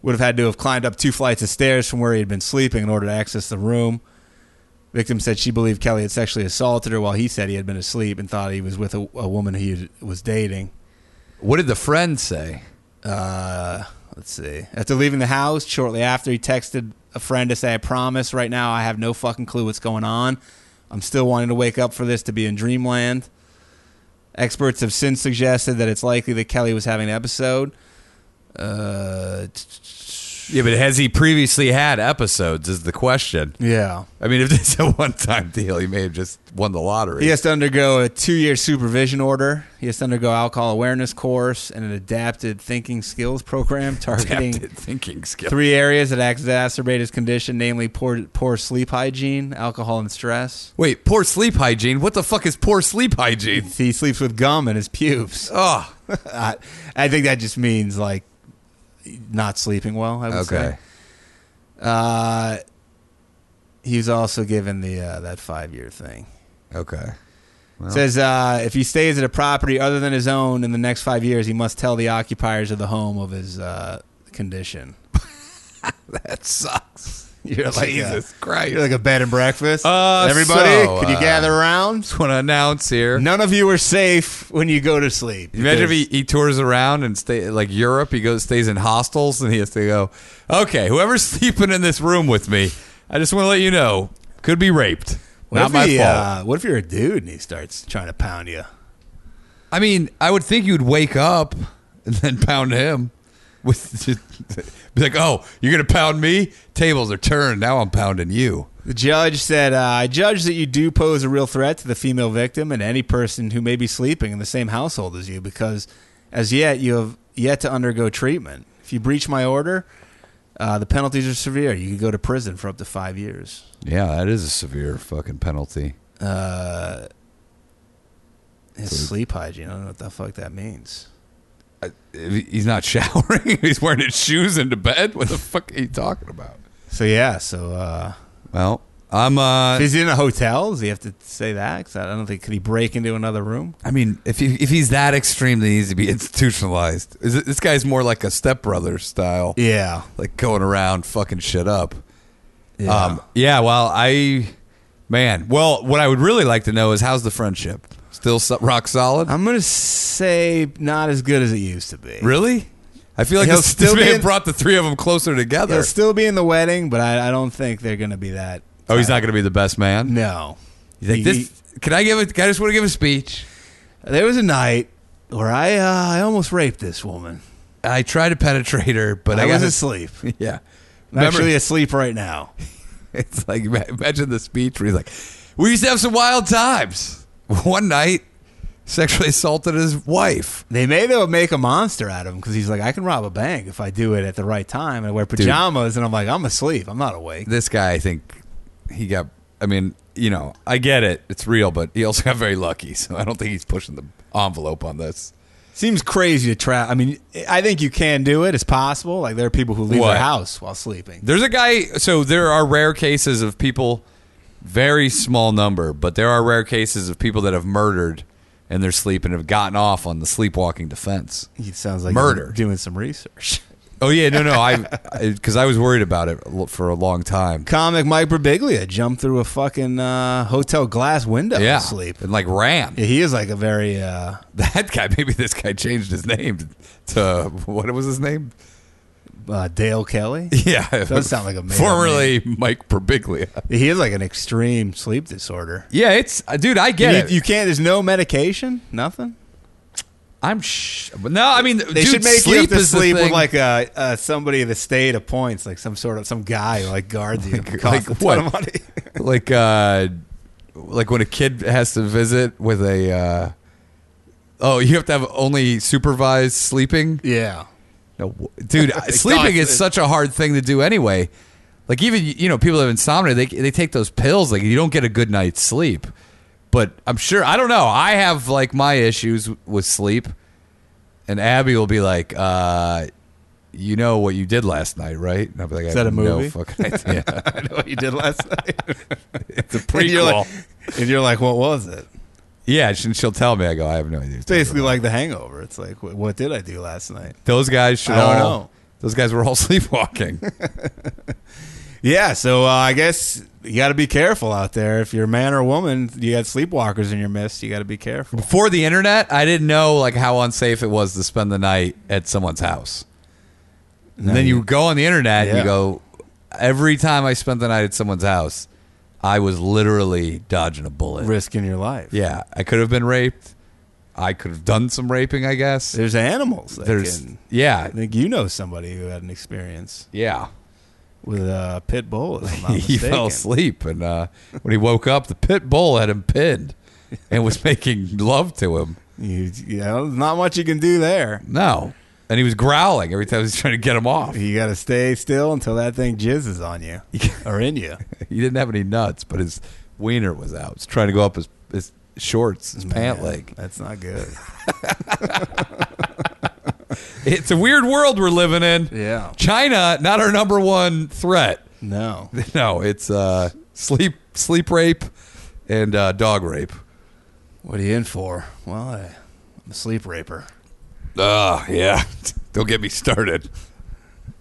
Speaker 4: would have had to have climbed up two flights of stairs from where he had been sleeping in order to access the room. Victim said she believed Kelly had sexually assaulted her while he said he had been asleep and thought he was with a, a woman he had- was dating.
Speaker 1: What did the friend say?
Speaker 4: Uh, let's see. After leaving the house, shortly after, he texted a friend to say, I promise right now I have no fucking clue what's going on. I'm still wanting to wake up for this to be in dreamland. Experts have since suggested that it's likely that Kelly was having an episode. Uh, t-
Speaker 1: Yeah, but has he previously had episodes? Is the question.
Speaker 4: yeah.
Speaker 1: I mean, if this is a one-time deal, he may have just won the lottery.
Speaker 4: He
Speaker 1: *laughs*
Speaker 4: has to undergo a two year supervision order. He has to undergo alcohol awareness course and an adapted thinking skills program targeting
Speaker 1: Adapted thinking skills.
Speaker 4: Three areas that exacerbate his condition, namely poor poor sleep hygiene, alcohol, and stress.
Speaker 1: Wait, poor sleep hygiene? What the fuck is poor sleep hygiene?
Speaker 4: He sleeps with gum in his pubes. *laughs*
Speaker 1: Oh,
Speaker 4: I, I think that just means like not sleeping well. I would
Speaker 1: okay.
Speaker 4: say. Uh, he was also given the uh, that five year thing.
Speaker 1: Okay.
Speaker 4: Says uh, if he stays at a property other than his own in the next five years, he must tell the occupiers of the home of his uh, condition.
Speaker 1: That *laughs* sucks.
Speaker 4: You're like a-
Speaker 1: Jesus Christ.
Speaker 4: You're like a bed and breakfast.
Speaker 1: Uh,
Speaker 4: Everybody,
Speaker 1: so,
Speaker 4: could you
Speaker 1: uh,
Speaker 4: gather around?
Speaker 1: Just want to announce here.
Speaker 4: None of you are safe when you go to sleep.
Speaker 1: Imagine if
Speaker 4: because-
Speaker 1: he, he tours around and stay like Europe. He goes stays in hostels and he has to go. Okay, whoever's *laughs* sleeping in this room with me, I just want to let you know could be raped.
Speaker 4: What
Speaker 1: Not
Speaker 4: if
Speaker 1: my
Speaker 4: he,
Speaker 1: fault.
Speaker 4: Uh, what if you're a dude and he starts trying to pound you?
Speaker 1: I mean, I would think you'd wake up and then *laughs* pound him with *laughs* be like, "Oh, you're gonna pound me? Tables are turned. Now I'm pounding you."
Speaker 4: The judge said, uh, I judge that you do pose a real threat to the female victim and any person who may be sleeping in the same household as you because as yet you have yet to undergo treatment. If you breach my order, uh, the penalties are severe. You could go to prison for up to five years.
Speaker 1: Yeah, that is a severe fucking penalty.
Speaker 4: His sleep hygiene, I don't know what the fuck that means.
Speaker 1: If He's not *laughs* showering. if He's wearing his shoes into bed. What the fuck are you talking about?
Speaker 4: So, yeah, so uh,
Speaker 1: Well, I'm. uh
Speaker 4: if he's in a hotel, does he have to say that? 'Cause I don't think, could he break into another room?
Speaker 1: I mean, if he, if he's that extreme, then he needs to be *laughs* institutionalized. Is it- This guy's more like a stepbrother style,
Speaker 4: Yeah.
Speaker 1: like going around fucking shit up.
Speaker 4: yeah.
Speaker 1: Um, yeah. Well, I, man. Well, what I would really like to know is how's the friendship? Still so- rock solid?
Speaker 4: I'm going to say not as good as it used to be.
Speaker 1: really? I feel like
Speaker 4: He'll
Speaker 1: this, this
Speaker 4: still be
Speaker 1: may
Speaker 4: in-
Speaker 1: have brought the three of them closer together.
Speaker 4: He'll still be in the wedding, but I, I don't think they're going to be that.
Speaker 1: oh, he's not going to be the best man.
Speaker 4: No.
Speaker 1: You think
Speaker 4: He-
Speaker 1: this? Can I give it? I just want to give a speech.
Speaker 4: There was a night where I uh, I almost raped this woman.
Speaker 1: I tried to penetrate her, but I,
Speaker 4: I,
Speaker 1: got
Speaker 4: was
Speaker 1: to-
Speaker 4: asleep.
Speaker 1: *laughs* yeah.
Speaker 4: I'm
Speaker 1: *laughs* Remember-
Speaker 4: actually asleep right now.
Speaker 1: It's like ima- imagine the speech where he's like, "We used to have some wild times. *laughs* One night, sexually assaulted his wife.
Speaker 4: They may though make a monster out of him because he's like, I can rob a bank if I do it at the right time and I wear pajamas, and I'm like, I'm asleep. I'm not awake.
Speaker 1: This guy, I think, he got. I mean, you know, I get it. It's real, but he also got very lucky. So I don't think he's pushing the envelope on this.
Speaker 4: Seems crazy to try. I mean, I think you can do it. It's possible. Like there are people who leave
Speaker 1: What?
Speaker 4: their house while sleeping.
Speaker 1: There's a guy. So there are rare cases of people, very small number, but there are rare cases of people that have murdered in their sleep and have gotten off on the sleepwalking defense.
Speaker 4: It sounds like
Speaker 1: Murder.
Speaker 4: you're doing some research. *laughs*
Speaker 1: Oh yeah, no, no, I because I was worried about it l- for a long time.
Speaker 4: Comic Mike Birbiglia jumped through a fucking uh, hotel glass window
Speaker 1: yeah,
Speaker 4: to sleep.
Speaker 1: and like ran.
Speaker 4: Yeah, he is like a very uh,
Speaker 1: *laughs* That guy, maybe this guy changed his name to what was his name?
Speaker 4: uh,
Speaker 1: *laughs*
Speaker 4: Dale Kelly.
Speaker 1: Yeah,
Speaker 4: Does sound like a made-up
Speaker 1: formerly Mike Perbiglia.
Speaker 4: He has like an extreme sleep disorder.
Speaker 1: Yeah, it's uh, dude. I get it.
Speaker 4: you, you can't. There's no medication. Nothing.
Speaker 1: I'm sh- no. I mean,
Speaker 4: They
Speaker 1: dude,
Speaker 4: should make you have
Speaker 1: sleep
Speaker 4: to
Speaker 1: is the
Speaker 4: sleep with
Speaker 1: thing-
Speaker 4: like uh, uh, somebody that state appoints, like some sort of some guy who like guards you.
Speaker 1: Like-
Speaker 4: costs
Speaker 1: like
Speaker 4: a ton
Speaker 1: what?
Speaker 4: of money.
Speaker 1: like uh like when a kid has to visit with a uh oh you have to have only supervised sleeping.
Speaker 4: *laughs* yeah.
Speaker 1: No, w- dude, I- sleeping is
Speaker 4: *laughs* Exhausted.
Speaker 1: such a hard thing to do anyway. Like even you know people that have insomnia, they they take those pills. Like you don't get a good night's sleep. But I'm sure I don't know. I have like my issues with sleep, and Abby will be like, uh, "You know what you did last night, right?" And I'll be like,
Speaker 4: Is
Speaker 1: "I
Speaker 4: that a
Speaker 1: have
Speaker 4: movie?"
Speaker 1: No
Speaker 4: *laughs*
Speaker 1: fucking idea.
Speaker 4: I know what you did last night. *laughs*
Speaker 1: it's a *laughs*
Speaker 4: and, you're like,
Speaker 1: prequel.
Speaker 4: and you're like, what was it?
Speaker 1: yeah, and she'll tell me. I go, "I have no idea."
Speaker 4: It's basically like The Hangover. It's like, wh- what did I do last night?
Speaker 1: those guys should
Speaker 4: I don't
Speaker 1: all.
Speaker 4: know.
Speaker 1: Those guys were all *laughs* sleepwalking.
Speaker 4: Yeah, so uh, I guess you got to be careful out there. If you're a man or a woman, you got sleepwalkers in your midst. You got to be careful.
Speaker 1: Before the internet, I didn't know like how unsafe it was to spend the night at someone's house. And then you go on the internet and
Speaker 4: Yeah.
Speaker 1: you go, every time I spent the night at someone's house, I was literally dodging a bullet.
Speaker 4: risking your life.
Speaker 1: Yeah, I could have been raped. I could have done some raping, I guess.
Speaker 4: There's animals. That
Speaker 1: There's,
Speaker 4: can,
Speaker 1: yeah,
Speaker 4: I think you know somebody who had an experience
Speaker 1: yeah.
Speaker 4: with a pit bull. If I'm
Speaker 1: *laughs*
Speaker 4: not *laughs*
Speaker 1: He
Speaker 4: mistaken.
Speaker 1: fell asleep, and uh, when he woke up, the pit bull had him pinned and was making love to him.
Speaker 4: You, you know, there's not much you can do there.
Speaker 1: No, and he was growling every time he was trying to get him off.
Speaker 4: You got to stay still until that thing jizzes on *laughs* you or in you.
Speaker 1: He didn't have any nuts, but his wiener was out. It's trying to go up his his shorts, his pant
Speaker 4: Man,
Speaker 1: leg.
Speaker 4: That's not good.
Speaker 1: It's a weird world we're living in.
Speaker 4: Yeah.
Speaker 1: China, not our number one threat.
Speaker 4: No.
Speaker 1: No, it's uh, sleep sleep rape and uh, dog rape.
Speaker 4: What are you in for? Well, I, I'm a sleep raper.
Speaker 1: Oh, yeah. *laughs* Don't get me started.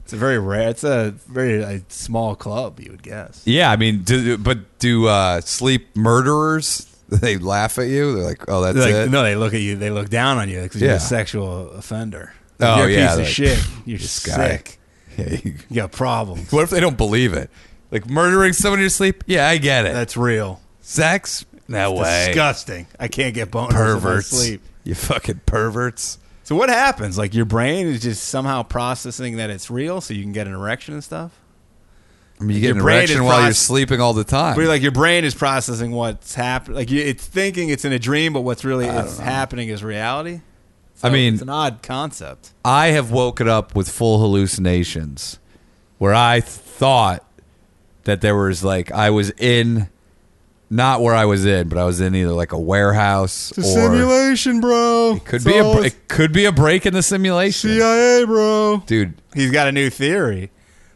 Speaker 4: It's a very rare. It's a very uh small club, you would guess.
Speaker 1: Yeah, I mean, do, but do uh, sleep murderers? *laughs* They laugh at you. They're like, "Oh, that's
Speaker 4: Like,
Speaker 1: it."
Speaker 4: no, they look at you. They look down on you because you're
Speaker 1: Yeah.
Speaker 4: a sexual offender.
Speaker 1: Oh,
Speaker 4: you're a
Speaker 1: yeah,
Speaker 4: piece
Speaker 1: like,
Speaker 4: of shit. You're
Speaker 1: this
Speaker 4: sick.
Speaker 1: guy. *laughs* Yeah.
Speaker 4: You
Speaker 1: *laughs*
Speaker 4: got problems.
Speaker 1: what if they don't believe it? Like murdering someone in your sleep? Yeah, I get it.
Speaker 4: That's real.
Speaker 1: Sex? No way.
Speaker 4: Disgusting. I can't get boners
Speaker 1: Perverts.
Speaker 4: in my sleep.
Speaker 1: You fucking perverts.
Speaker 4: So what happens? Like your brain is just somehow processing that it's real, so you can get an erection and stuff.
Speaker 1: I mean, you
Speaker 4: Your
Speaker 1: get an
Speaker 4: brain
Speaker 1: erection
Speaker 4: is
Speaker 1: while you're
Speaker 4: proce-
Speaker 1: sleeping all the time.
Speaker 4: But like your brain is processing what's happening. Like you, it's thinking it's in a dream, but what's really is happening is reality.
Speaker 1: I mean-
Speaker 4: it's an odd concept.
Speaker 1: I have woken up with full hallucinations where I thought that there was like I was in not where I was in, but I was in either like a warehouse or
Speaker 4: bro.
Speaker 1: could be a br- it could be a break in the simulation.
Speaker 4: CIA, bro.
Speaker 1: Dude, *laughs*
Speaker 4: He's got a new theory.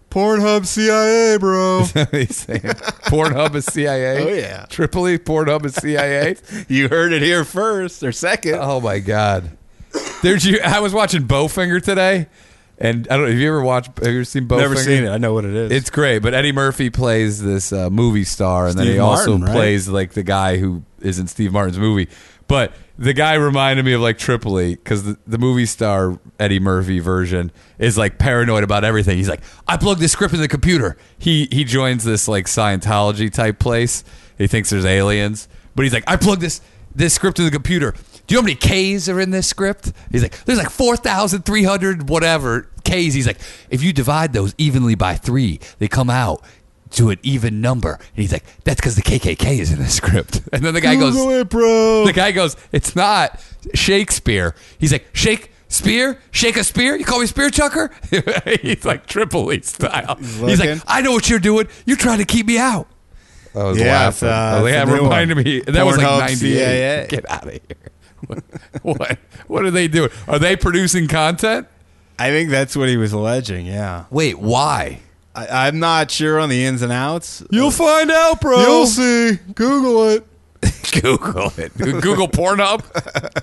Speaker 4: Pornhub CIA, bro.
Speaker 1: he's saying Pornhub is CIA.
Speaker 4: Oh, yeah.
Speaker 1: Tripoli E Pornhub is CIA.
Speaker 4: *laughs* you heard it here first or second.
Speaker 1: oh my god. There's you I was watching Bowfinger today and I don't have you ever watched have you ever seen Bowfinger?
Speaker 4: Never seen it. I know what it is.
Speaker 1: It's great, but Eddie Murphy plays this uh, movie star, and then
Speaker 4: Steve
Speaker 1: he also
Speaker 4: Martin, right?
Speaker 1: plays like the guy who is in Steve Martin's movie. But the guy reminded me of like Tripoli because the, the movie star Eddie Murphy version is like paranoid about everything. He's like, I plugged this script in the computer. He he joins this like Scientology type place. He thinks there's aliens, but he's like, I plugged this this script in the computer. Do you know how many K's are in this script? He's like, there's like 4,300 whatever K's. He's like, if you divide those evenly by three, they come out to an even number. And he's like, that's because the KKK is in the script. *laughs* And then the guy goes,
Speaker 4: Google it, bro.
Speaker 1: the guy goes, it's not Shakespeare. He's like, shake. Spear? Shake a spear? You call me spear chucker? *laughs* He's like triple E style. He's, like,
Speaker 4: looking.
Speaker 1: I know what you're doing. You're trying to keep me out. I was
Speaker 4: Yeah, it's,
Speaker 1: laughing.
Speaker 4: uh,
Speaker 1: Oh,
Speaker 4: it's
Speaker 1: yeah,
Speaker 4: a new
Speaker 1: reminded
Speaker 4: one.
Speaker 1: me. That was
Speaker 4: Pornhub
Speaker 1: like 98.
Speaker 4: *laughs* CIA.
Speaker 1: Get out of here. *laughs* What, what? What are they doing? Are they producing content?
Speaker 4: I think that's what he was alleging. Yeah,
Speaker 1: Wait, why?
Speaker 4: I, I'm not sure on the ins and outs.
Speaker 1: You'll find out, bro.
Speaker 4: You'll see. Google it.
Speaker 1: *laughs* Google it. Google Pornhub.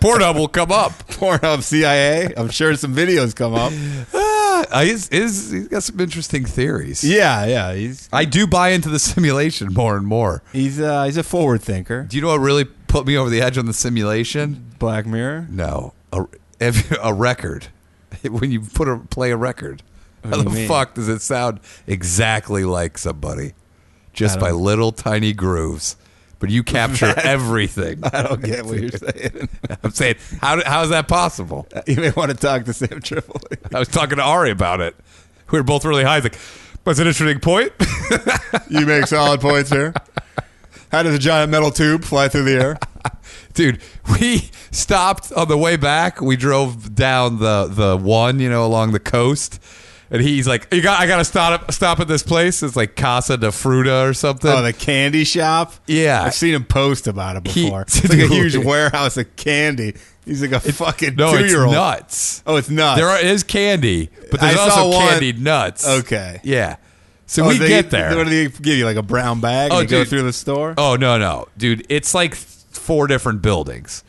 Speaker 1: Pornhub will come up.
Speaker 4: Pornhub CIA. I'm sure some videos come up.
Speaker 1: Ah, he's, he's, he's got some interesting theories.
Speaker 4: Yeah, yeah. He's
Speaker 1: I do buy into the *laughs* simulation more and more.
Speaker 4: he's uh, he's a forward thinker.
Speaker 1: Do you know what really put me over the edge on the simulation?
Speaker 4: Black Mirror.
Speaker 1: No, a, if- *laughs* a record. When you put a play a record,
Speaker 4: do
Speaker 1: how
Speaker 4: you
Speaker 1: the
Speaker 4: mean?
Speaker 1: fuck does it sound exactly like somebody? Just
Speaker 4: I
Speaker 1: by
Speaker 4: don't-
Speaker 1: little tiny grooves, but you
Speaker 4: *laughs*
Speaker 1: capture everything.
Speaker 4: I don't get *laughs* what you're saying.
Speaker 1: I'm saying, how, do- how is that possible?
Speaker 4: you may want to talk to Sam Tripoli.
Speaker 1: I was talking to Ari about it. We were both really high. He's like, that's an interesting point. *laughs*
Speaker 4: you make solid points here. How does a giant metal tube fly through the air?
Speaker 1: Dude, we stopped on the way back. We drove down the the one, you know, along the coast. And he's like, "You got, I gotta stop stop at this place. It's like Casa de Fruta or something."
Speaker 4: Oh, the candy shop.
Speaker 1: Yeah.
Speaker 4: I've seen him post about it
Speaker 1: He-
Speaker 4: before. it's like a huge
Speaker 1: Dude.
Speaker 4: warehouse of candy. He's like a fucking
Speaker 1: no, it's
Speaker 4: two-year-old.
Speaker 1: nuts.
Speaker 4: Oh, it's nuts.
Speaker 1: There are, is candy, but there's
Speaker 4: I saw
Speaker 1: also
Speaker 4: one-
Speaker 1: candied nuts.
Speaker 4: Okay.
Speaker 1: yeah. So
Speaker 4: Oh,
Speaker 1: we
Speaker 4: they-
Speaker 1: get there.
Speaker 4: What do they give you? Like a brown bag?
Speaker 1: Oh,
Speaker 4: and you go
Speaker 1: dude.
Speaker 4: through the store.
Speaker 1: Oh no, no, dude! It's like four different buildings.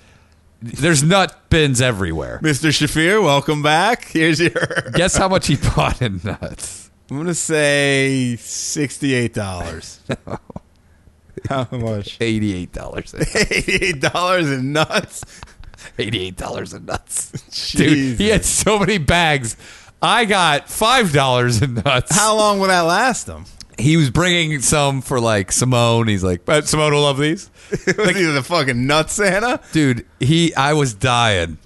Speaker 1: There's nut bins everywhere.
Speaker 4: Mr. Shafir, welcome back. Here's your.
Speaker 1: Guess how much he bought in nuts?
Speaker 4: I'm gonna say
Speaker 1: *laughs*
Speaker 4: sixty-eight dollars. How much?
Speaker 1: Eighty-eight dollars.
Speaker 4: Eighty-eight dollars in nuts.
Speaker 1: Eighty-eight dollars in nuts.
Speaker 4: *laughs*
Speaker 1: Dude,
Speaker 4: Jesus.
Speaker 1: he had so many bags. I got five dollars in nuts.
Speaker 4: How long will that last them?
Speaker 1: he was bringing some for like Simone. He's like, but Simone will love
Speaker 4: *laughs*
Speaker 1: these, *laughs*
Speaker 4: It was either the fucking nut Santa.
Speaker 1: dude. He, I was dying,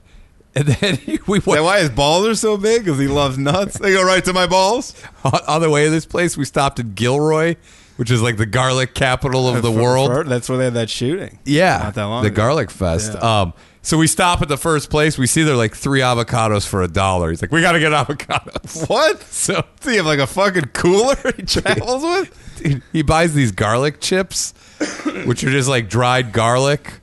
Speaker 1: and then *laughs* he, we
Speaker 4: Is that
Speaker 1: went
Speaker 4: why his balls are so big? Because he loves nuts. They go right to my balls.
Speaker 1: on, on the way to this place. We stopped at Gilroy, which is like the garlic capital
Speaker 4: *laughs*
Speaker 1: of the
Speaker 4: For-
Speaker 1: world.
Speaker 4: for- that's where they had that shooting.
Speaker 1: Yeah,
Speaker 4: Not that long
Speaker 1: The
Speaker 4: ago.
Speaker 1: garlic fest.
Speaker 4: Yeah.
Speaker 1: Um, so we stop at the first place. We see they're like three avocados for a dollar. He's like, we got to get avocados. *laughs*
Speaker 4: What?
Speaker 1: So
Speaker 4: Does he have like a fucking cooler *laughs* he travels with?
Speaker 1: dude, he buys these garlic chips, *coughs* which are just like dried garlic,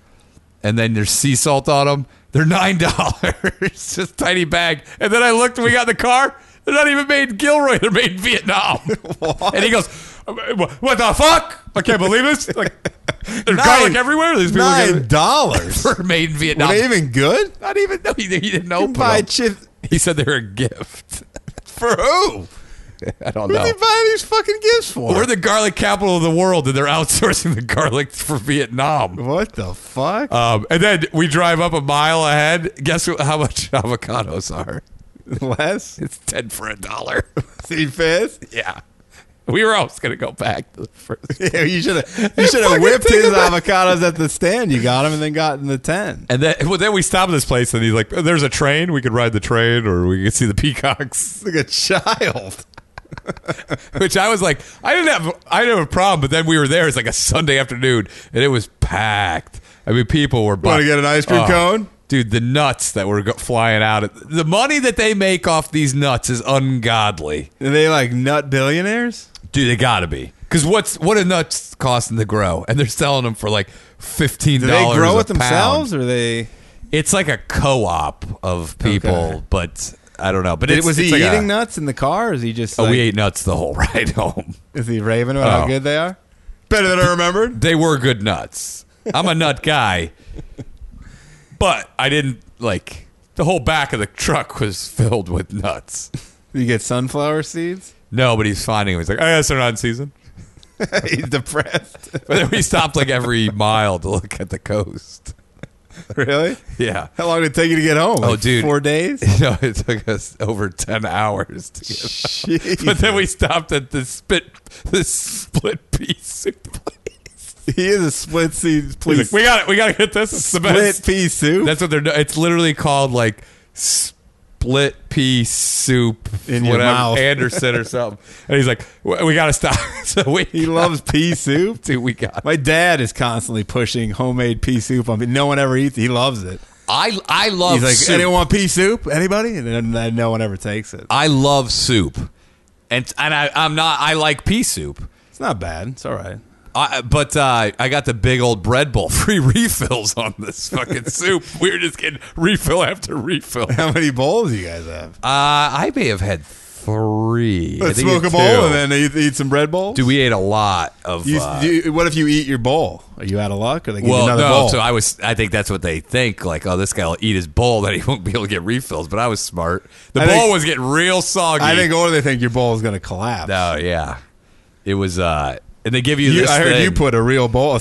Speaker 1: and then there's sea salt on them. They're nine *laughs* dollars, just tiny bag. And then I looked, and we got in the car. They're not even made in Gilroy. They're made in
Speaker 4: *laughs*
Speaker 1: Vietnam. And he goes, "What the fuck? I can't believe this!" Like, There's garlic everywhere. These people are *laughs*
Speaker 4: Nine
Speaker 1: gonna-
Speaker 4: dollars.
Speaker 1: were made in
Speaker 4: Were
Speaker 1: Vietnam.
Speaker 4: they even good?
Speaker 1: Not even. No, he, he didn't
Speaker 4: You
Speaker 1: open
Speaker 4: buy
Speaker 1: them.
Speaker 4: chip
Speaker 1: He said they were a gift.
Speaker 4: *laughs* for who?
Speaker 1: I don't
Speaker 4: What
Speaker 1: know.
Speaker 4: are they buying these fucking gifts for?
Speaker 1: We're the garlic capital of the world, and they're outsourcing the garlic for Vietnam.
Speaker 4: what the fuck? *laughs*
Speaker 1: Um, and then we drive up a mile ahead. Guess wh- how much *laughs* avocados are? *laughs*
Speaker 4: Less?
Speaker 1: It's ten for a dollar. *laughs*
Speaker 4: See fist?
Speaker 1: yeah, we were always gonna go back to the first.
Speaker 4: *laughs* Yeah,
Speaker 1: *laughs*
Speaker 4: you should have. You should have
Speaker 1: fucking
Speaker 4: whipped
Speaker 1: take
Speaker 4: his
Speaker 1: it back.
Speaker 4: avocados at the stand. You got him, and then got in the ten.
Speaker 1: And then, well, then we stop at this place, and he's like, "There's a train. We could ride the train, or we could see the peacocks."
Speaker 4: Like a child.
Speaker 1: *laughs* Which I was like, I didn't have, I didn't have a problem. But then we were there. It's like a Sunday afternoon, and it was packed. I mean, people were. Oh,
Speaker 4: Wanna get an ice cream cone?
Speaker 1: dude? The nuts that were go- flying out. At, the money that they make off these nuts is ungodly,
Speaker 4: Are they like nut billionaires?
Speaker 1: dude. They gotta be. Because what's what a nuts costing to grow, and they're selling them for like fifteen
Speaker 4: Do
Speaker 1: dollars.
Speaker 4: they grow it
Speaker 1: a pound.
Speaker 4: themselves, or they?
Speaker 1: It's like a co-op of people,
Speaker 4: Okay.
Speaker 1: but I don't know. But
Speaker 4: Did,
Speaker 1: it's,
Speaker 4: was he
Speaker 1: it's like
Speaker 4: eating
Speaker 1: a-
Speaker 4: nuts in the car? Or is he just?
Speaker 1: Oh,
Speaker 4: like,
Speaker 1: we ate nuts the whole *laughs* ride home.
Speaker 4: Is he raving about how
Speaker 1: Oh.
Speaker 4: good they are? Better than I remembered.
Speaker 1: They were good nuts. I'm a nut guy, but I didn't like the whole back of the truck was *laughs* filled with nuts.
Speaker 4: You get
Speaker 1: *laughs*
Speaker 4: sunflower seeds.
Speaker 1: No, but he's finding them. He's like, I guess they're not in season. *laughs*
Speaker 4: He's depressed.
Speaker 1: But then we stopped like every *laughs* mile to look at the coast.
Speaker 4: *laughs* really?
Speaker 1: Yeah. *laughs*
Speaker 4: How long did it take you to get home?
Speaker 1: Oh,
Speaker 4: Like
Speaker 1: dude. *laughs*
Speaker 4: four days.
Speaker 1: No, it took us over ten hours to get. *laughs*
Speaker 4: Jeez.
Speaker 1: But then we stopped at the spit, the split pea *laughs* soup place.
Speaker 4: *laughs* he is a split seed.
Speaker 1: He's like,
Speaker 4: Please,
Speaker 1: we got it. We got to get this. It's the best.
Speaker 4: split pea soup.
Speaker 1: That's what they're. do- It's literally called like split pea soup
Speaker 4: In your mouth.
Speaker 1: Anderson or something.
Speaker 4: *laughs*
Speaker 1: And he's like, "W- we got to stop. *laughs* So we
Speaker 4: he loves pea soup.
Speaker 1: Dude, we got.
Speaker 4: My dad is constantly pushing homemade pea soup on me. No one ever eats it. He loves it.
Speaker 1: I I love
Speaker 4: He's like,
Speaker 1: soup.
Speaker 4: anyone want pea soup? Anybody? And then, then no one ever takes it.
Speaker 1: I love soup, and and I I'm not. I like pea soup.
Speaker 4: It's not bad. It's all right.
Speaker 1: I, but uh, I got the big old bread bowl, *laughs* free refills on this
Speaker 4: *laughs*
Speaker 1: fucking soup. We were just getting refill after refill. Uh,
Speaker 4: *laughs* How many bowls do you guys have?
Speaker 1: I may have had three. I
Speaker 4: Let's
Speaker 1: think
Speaker 4: smoke a
Speaker 1: it's
Speaker 4: bowl
Speaker 1: two.
Speaker 4: and then eat, eat some bread bowls.
Speaker 1: Dude, we ate a lot of.
Speaker 4: You-
Speaker 1: uh,
Speaker 4: do you- what if you eat your bowl? Are you out of luck? Or they give you
Speaker 1: Well,
Speaker 4: another
Speaker 1: no.
Speaker 4: bowl?
Speaker 1: So I was. I think that's what they think. Like, oh, this guy will eat his bowl, *laughs* then he won't be able to get refills. But I was smart. The
Speaker 4: I
Speaker 1: bowl
Speaker 4: think-
Speaker 1: was getting real soggy.
Speaker 4: I think, or they think your bowl is going to collapse.
Speaker 1: Oh yeah, it was. uh And they give you.
Speaker 4: You-
Speaker 1: this
Speaker 4: I heard you
Speaker 1: thing.
Speaker 4: put a real bowl, a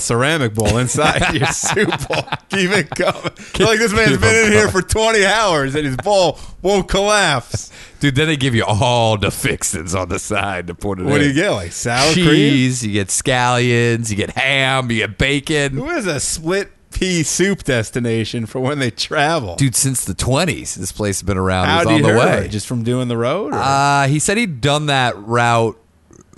Speaker 1: *laughs*
Speaker 4: ceramic bowl, inside your soup bowl. Keep it coming. like this man's
Speaker 1: keep
Speaker 4: been
Speaker 1: it
Speaker 4: in here for 20 hours and his bowl won't
Speaker 1: *laughs*
Speaker 4: collapse.
Speaker 1: dude. Then they give you all the fixings on the side to put it.
Speaker 4: What do
Speaker 1: in.
Speaker 4: you get? Like sour cream?
Speaker 1: Cheese. You get scallions. You get ham. You get bacon.
Speaker 4: Who is a split pea soup destination for when they travel?
Speaker 1: Dude, since the twenties, this place has been around.
Speaker 4: How
Speaker 1: It was
Speaker 4: do
Speaker 1: on
Speaker 4: you
Speaker 1: the
Speaker 4: hear
Speaker 1: way.
Speaker 4: it? Just from doing the road? Or?
Speaker 1: Uh, he said he'd done that route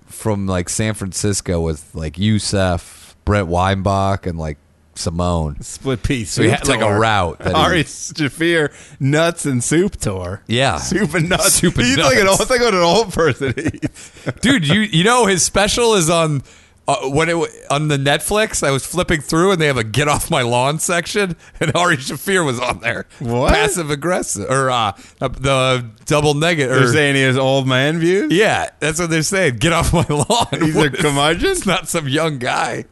Speaker 1: from like San Francisco with like Youssef, Brent Weinbach, and like
Speaker 4: *laughs*
Speaker 1: Simone.
Speaker 4: split pea soup.
Speaker 1: So he had like a
Speaker 4: tour.
Speaker 1: route. That he-
Speaker 4: Ari Shafir nuts and soup tour.
Speaker 1: Yeah.
Speaker 4: Soup and nuts.
Speaker 1: Soup and
Speaker 4: He's like an
Speaker 1: nuts.
Speaker 4: old, it's like what an old person *laughs* eats.
Speaker 1: dude, you you know his special is on uh, when it w- on the Netflix. I was flipping through and they have a get off my lawn section, and Ari Shafir was on there.
Speaker 4: What?
Speaker 1: passive aggressive or uh, the double negative?
Speaker 4: They're
Speaker 1: Or,
Speaker 4: saying he has old man views.
Speaker 1: yeah, that's what they're saying. Get off my lawn. *laughs*
Speaker 4: He's *laughs*
Speaker 1: What
Speaker 4: a
Speaker 1: is-
Speaker 4: curmudgeon?
Speaker 1: It's not some young guy.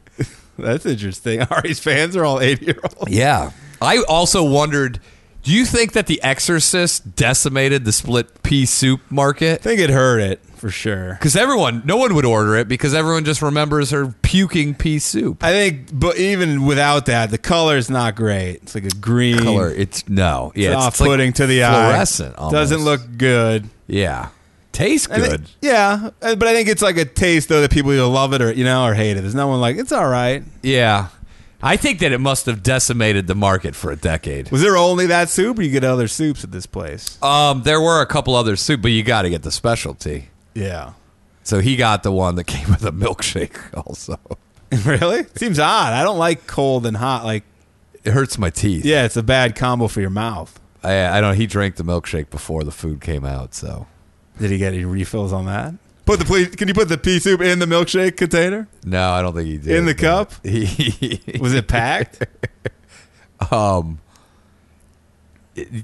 Speaker 4: That's interesting. *laughs* Ari's fans are all 80 year olds. *laughs*
Speaker 1: Yeah. I also wondered do you think that The Exorcist decimated the split pea soup market?
Speaker 4: I think it hurt it for sure.
Speaker 1: Because everyone, no one would order it because everyone just remembers her puking pea soup.
Speaker 4: I think, but even without that, the color's not great. It's like a green
Speaker 1: Color, it's no, yeah, it's,
Speaker 4: It's
Speaker 1: it's like
Speaker 4: Mm. off-putting to the eye.
Speaker 1: fluorescent. Almost.
Speaker 4: Doesn't look good.
Speaker 1: yeah, tastes
Speaker 4: I thi-
Speaker 1: good.
Speaker 4: yeah, uh, but I think it's like a taste though that people either love it or you know or hate it. There's no one like it's all right.
Speaker 1: yeah, I think that it must have decimated the market for a decade.
Speaker 4: Was there only that soup, or you get other soups at this place?
Speaker 1: Um, there were a couple other soup, but you got to get the specialty.
Speaker 4: Yeah,
Speaker 1: So he got the one that came with a milkshake. *laughs* Also,
Speaker 4: *laughs* really? Seems odd. I don't like cold and hot. Like,
Speaker 1: it hurts my teeth.
Speaker 4: yeah, it's a bad combo for your mouth.
Speaker 1: I, I don't. He drank the milkshake before the food came out, so
Speaker 4: Did he get any refills on that? Put the please. Can you put the pea soup in the milkshake container?
Speaker 1: no, I don't think he did.
Speaker 4: In the cup?
Speaker 1: *laughs* He- um,
Speaker 4: Was it *laughs* packed?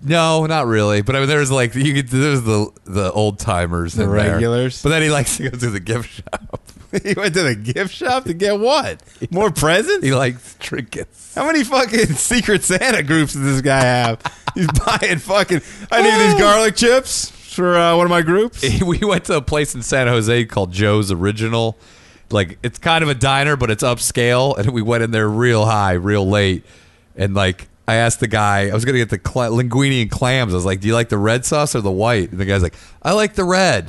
Speaker 1: no, not really. But I mean, there was like you could. There was the the old timers,
Speaker 4: The
Speaker 1: in there.
Speaker 4: regulars?
Speaker 1: But then he likes to go to the gift shop. *laughs*
Speaker 4: he went to the gift shop to get what? More presents?
Speaker 1: He likes trinkets.
Speaker 4: How many fucking *laughs* Secret Santa groups does this guy have? He's buying fucking. I need these garlic chips for uh, one of
Speaker 1: *laughs*
Speaker 4: my groups.
Speaker 1: We went to a place in San Jose called Joe's Original. Like it's kind of a diner, but it's upscale, and we went in there real high, real late, and like. I asked the guy, I was going to get the cl- linguine and clams. I was like, Do you like the red sauce or the white? And the guy's like, I like the red.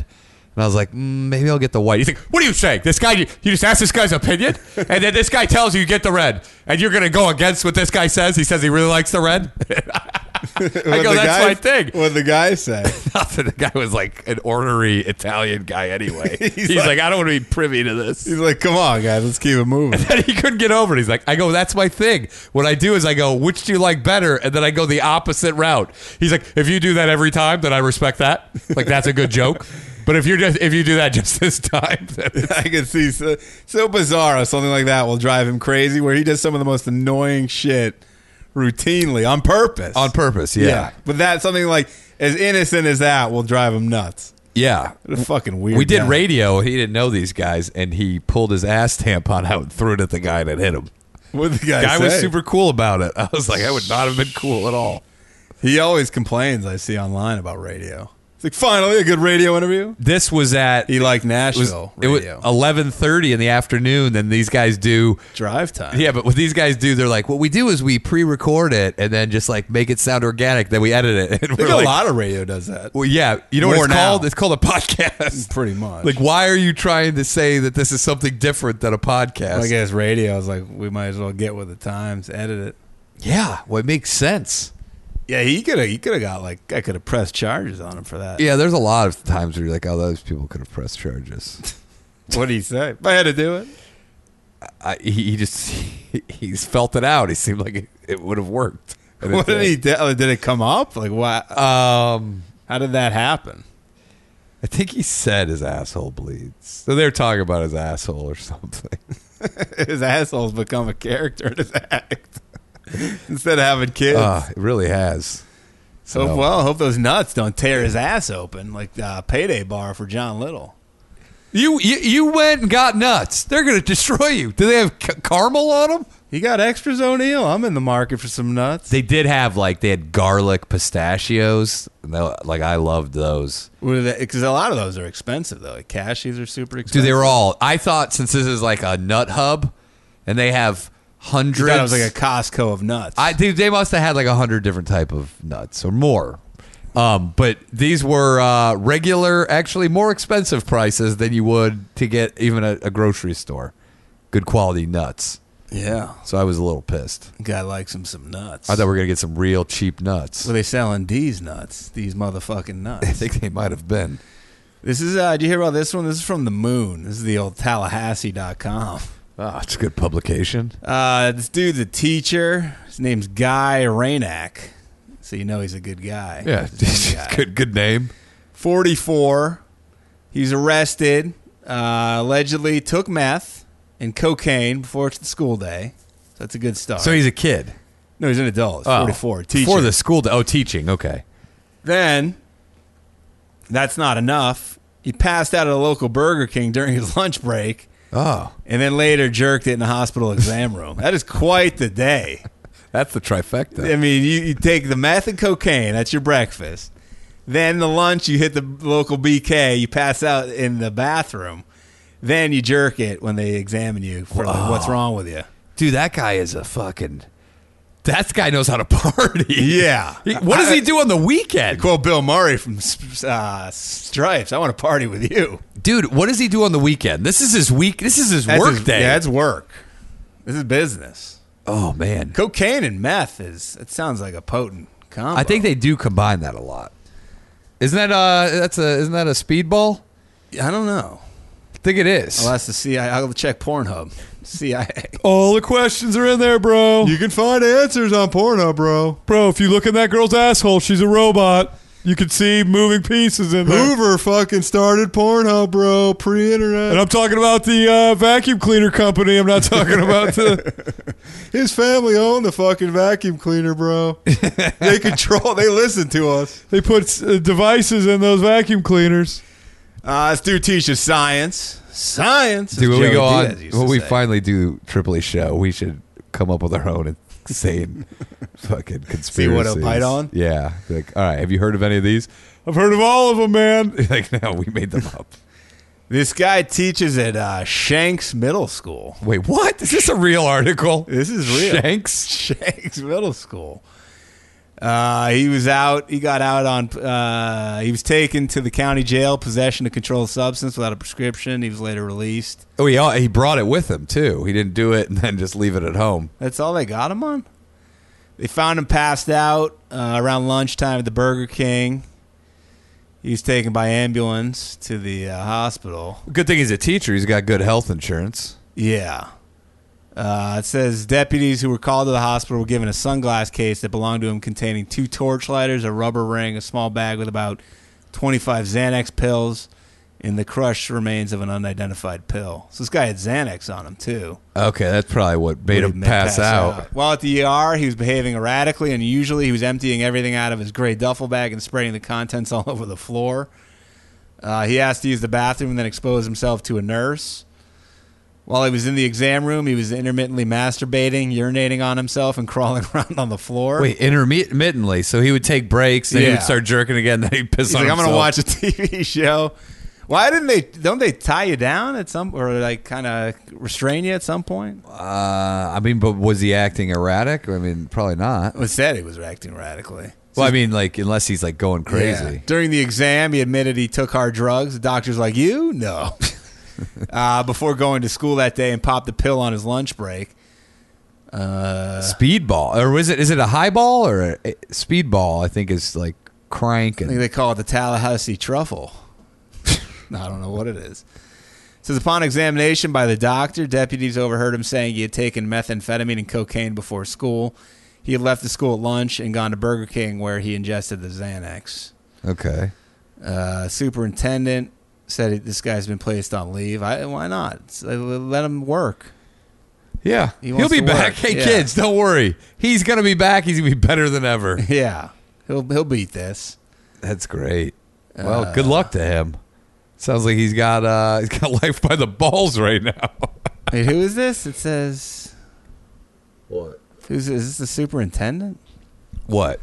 Speaker 1: And I was like, mm, Maybe I'll get the white. He's like, What are you saying? This guy, you just asked this guy's opinion, and then this guy tells you, Get the red. And you're going to go against what this guy says? He says he really likes the red? I
Speaker 4: What'd
Speaker 1: go,
Speaker 4: the
Speaker 1: That's
Speaker 4: guy-
Speaker 1: my thing.
Speaker 4: What'd the guy say?
Speaker 1: nothing. The guy was like an ornery Italian guy anyway. *laughs* he's
Speaker 4: like-
Speaker 1: like, I don't want to be privy to this.
Speaker 4: He's like, come on, guys, let's keep it moving.
Speaker 1: *laughs* And he couldn't get over it. He's like, I go, that's my thing. What I do is I go, which do you like better? And then I go the opposite route. He's like, if you do that every time, then I respect that. *laughs* Like that's a good joke. But if you're just if you do that *laughs* just this time, then it's-
Speaker 4: *laughs* I can see so, so bizarro something like that will drive him crazy, where he does some of the most annoying shit routinely on
Speaker 1: *laughs*
Speaker 4: purpose.
Speaker 1: on purpose, yeah,
Speaker 4: but that something like as innocent as that will drive him nuts.
Speaker 1: yeah.
Speaker 4: What a fucking weird.
Speaker 1: We did
Speaker 4: guy.
Speaker 1: radio. He didn't know these guys, and he pulled his ass tampon out and threw it at the guy that hit him.
Speaker 4: What the guy?
Speaker 1: Guy was
Speaker 4: say?
Speaker 1: super cool about it. *laughs* I was like, I would not have been cool at all.
Speaker 4: He always complains. I see online about radio. It's like finally a good radio interview.
Speaker 1: This was at
Speaker 4: He liked
Speaker 1: It was,
Speaker 4: Nashville
Speaker 1: it was
Speaker 4: radio.
Speaker 1: 11:30 in the afternoon then these guys do
Speaker 4: drive time.
Speaker 1: yeah but what these guys do they're like what we do is we pre-record it and then just like make it sound organic then we edit it *laughs* and
Speaker 4: I think
Speaker 1: we're like,
Speaker 4: a lot of radio does that.
Speaker 1: well yeah you know what
Speaker 4: More
Speaker 1: it's called
Speaker 4: now.
Speaker 1: it's called a podcast *laughs*
Speaker 4: Pretty much.
Speaker 1: like why are you trying to say that this is something different than a podcast
Speaker 4: I guess radio is like we might as well get with the times, edit it.
Speaker 1: yeah well it makes sense
Speaker 4: Yeah, he could have. He could have got like I could have pressed charges on him for that.
Speaker 1: yeah there's a lot of times where you're like oh those people could have pressed charges
Speaker 4: What do you say? If I had to do it,
Speaker 1: *laughs* I, he, he just *laughs* he's felt it out he seemed like it, it would have *laughs* worked And it
Speaker 4: what did he? do? Did it come up? Like why?
Speaker 1: um
Speaker 4: How did that happen? *laughs*
Speaker 1: I think he said his asshole bleeds. So they're talking about his asshole or something.
Speaker 4: His asshole's become a character in his act. *laughs* Instead of having kids,
Speaker 1: *laughs* Ah, it really has.
Speaker 4: so
Speaker 1: no.
Speaker 4: well, I hope those nuts don't tear his ass open like uh, payday bar for John Little.
Speaker 1: You, you you went and got nuts. They're gonna destroy you. Do they have c- caramel on them?
Speaker 4: He got extras O'Neill. I'm in the market for some nuts.
Speaker 1: They did have like they had garlic pistachios. And they- like I loved those.
Speaker 4: Because a lot of those are expensive though. Like cashews are super
Speaker 1: Dude,
Speaker 4: expensive.
Speaker 1: they were all. I thought since this is like a nut hub, and they have
Speaker 4: You
Speaker 1: hundreds.
Speaker 4: thought it was like a Costco of nuts.
Speaker 1: I dude, they must have had like a hundred different type of nuts or more. Um, but these were uh, regular, actually more expensive prices than you would to get even a, a grocery store. Good quality nuts.
Speaker 4: yeah,
Speaker 1: So I was a little pissed.
Speaker 4: guy likes him some nuts.
Speaker 1: I thought we were gonna get some real cheap nuts. *laughs*
Speaker 4: Were they selling these nuts? These motherfucking
Speaker 1: I
Speaker 4: nuts.
Speaker 1: think *laughs* they might have been.
Speaker 4: This is, uh, did you hear about this one? This is from the moon. This is the old Tallahassee.com.
Speaker 1: Oh, it's a good publication.
Speaker 4: Uh, this dude's a teacher. His name's Guy Rainak. So you know he's a good guy.
Speaker 1: *laughs* Yeah, *laughs*
Speaker 4: He's a good guy.
Speaker 1: good good name.
Speaker 4: 44. He's arrested. Uh, allegedly took meth and cocaine before the school day. So that's a good start.
Speaker 1: So he's a kid.
Speaker 4: no, he's an adult. He's
Speaker 1: Oh.
Speaker 4: 44. Teacher.
Speaker 1: For the school. To, oh, teaching. Okay.
Speaker 4: Then, that's not enough. He passed out at a local Burger King during his lunch break,
Speaker 1: Oh,
Speaker 4: and then later jerked it in a hospital exam room. That is quite the day.
Speaker 1: that's the trifecta.
Speaker 4: I mean, you, you take the meth and cocaine. That's your breakfast. Then the lunch, you hit the local BK. You pass out in the bathroom. Then you jerk it when they examine you for like, what's wrong
Speaker 1: *laughs*
Speaker 4: with you.
Speaker 1: dude, that guy is a fucking. That guy knows how to *laughs* party.
Speaker 4: Yeah.
Speaker 1: He- what does he do on the weekend,
Speaker 4: Quote Bill Murray from uh, Stripes. I want to party with you.
Speaker 1: dude? What does he do on the weekend? This is his week. This is his
Speaker 4: That's
Speaker 1: work
Speaker 4: his-
Speaker 1: day.
Speaker 4: Yeah, it's work. This is business.
Speaker 1: oh man,
Speaker 4: Cocaine and meth is. It sounds like a potent combo.
Speaker 1: I think they do combine that a lot. Isn't that uh? That's a isn't that a speedball?
Speaker 4: I don't know.
Speaker 1: I think it is.
Speaker 4: I'll ask the CIA. I'll check Pornhub. CIA.
Speaker 1: All the questions are in there, bro.
Speaker 4: You can find answers on Pornhub, bro.
Speaker 1: bro, if you look in that girl's asshole, she's a robot. You can see moving pieces in
Speaker 4: Hoover fucking started Pornhub, bro. Pre-internet.
Speaker 1: I'm talking about the uh, vacuum cleaner company. I'm not talking about
Speaker 4: *laughs*
Speaker 1: the.
Speaker 4: His family owned the fucking vacuum cleaner, bro. they control. They listen to us.
Speaker 1: They put uh, devices in those vacuum cleaners.
Speaker 4: Uh, this dude teaches science. Science.
Speaker 1: Dude,
Speaker 4: as
Speaker 1: when we
Speaker 4: Joey
Speaker 1: go on,
Speaker 4: Diaz used
Speaker 1: when
Speaker 4: to
Speaker 1: we
Speaker 4: say.
Speaker 1: finally do Triple E show, we should come up with our own
Speaker 4: *laughs*
Speaker 1: insane fucking conspiracy.
Speaker 4: what he'll bite on?
Speaker 1: Yeah. Be Like, all right, have you heard of any of these? I've heard of all of them, man. *laughs* Like, no, we made them up.
Speaker 4: This guy teaches at uh, Shanks Middle School.
Speaker 1: Wait, what? Is this a real article?
Speaker 4: This is real.
Speaker 1: Shanks?
Speaker 4: *laughs* Shanks Middle School. Uh, he was out. He got out on. Uh, he was taken to the county jail, possession of controlled substance without a prescription. He was later released.
Speaker 1: Oh, he, he brought it with him, too. He didn't do it and then just leave it at home.
Speaker 4: That's all they got him on. They found him passed out uh, around lunchtime at the Burger King. He was taken by ambulance to the uh, hospital.
Speaker 1: Good thing he's a teacher. He's got good health insurance.
Speaker 4: Yeah. Uh, it says deputies who were called to the hospital were given a sunglass case that belonged to him containing two torchlighters, a rubber ring, a small bag with about 25 Xanax pills, and the crushed remains of an unidentified pill. So this guy had Xanax on him, too.
Speaker 1: Okay, that's probably what made
Speaker 4: Would
Speaker 1: him
Speaker 4: admit
Speaker 1: pass, out.
Speaker 4: While at the ER, he was behaving erratically, and usually he was emptying everything out of his gray duffel bag and spraying the contents *laughs* all over the floor. Uh, he asked to use the bathroom and then exposed himself to a nurse. While he was in the exam room, he was intermittently masturbating, urinating on himself, and *laughs* crawling around on the floor.
Speaker 1: Wait, intermittently. So he would take breaks, then he
Speaker 4: Yeah.
Speaker 1: would start jerking again, then he'd piss
Speaker 4: He's
Speaker 1: on
Speaker 4: like, I'm going to
Speaker 1: himself."
Speaker 4: watch a *laughs* TV show. Why didn't they? Don't they tie you down at some or like kind of restrain you at some point?
Speaker 1: Uh, I mean, but was he acting erratic? I mean, probably not.
Speaker 4: It said he was acting radically.
Speaker 1: Well, I mean, like unless he's like going
Speaker 4: Yeah.
Speaker 1: crazy.
Speaker 4: During the exam, he admitted he took hard drugs. The doctor's like, You? No. uh, before going to school that day and popped the pill on his lunch break.
Speaker 1: Speedball, or is it is it a highball or a, speedball? I think is like crank
Speaker 4: I think
Speaker 1: and
Speaker 4: they call it the Tallahassee truffle. *laughs* I don't know what it is. It says upon examination by the doctor, deputies overheard him saying he had taken methamphetamine and cocaine before school. He had left the school at lunch and gone to Burger King where he ingested the Xanax.
Speaker 1: okay.
Speaker 4: Uh, superintendent said this guy's been placed on leave. I, why not? It's- uh, let him work.
Speaker 1: Yeah,
Speaker 4: He
Speaker 1: he will
Speaker 4: wants
Speaker 1: be
Speaker 4: to work.
Speaker 1: back. Hey
Speaker 4: Yeah.
Speaker 1: kids, don't worry. He's gonna be back. He's gonna be better than ever.
Speaker 4: Yeah, he'll he'll beat this.
Speaker 1: That's great. Well,
Speaker 4: Uh,
Speaker 1: good luck to him. Sounds like he's got uh *laughs* he's got life by the balls right now.
Speaker 4: Wait, who is this? It says. What? Who's is this? The superintendent?
Speaker 1: what?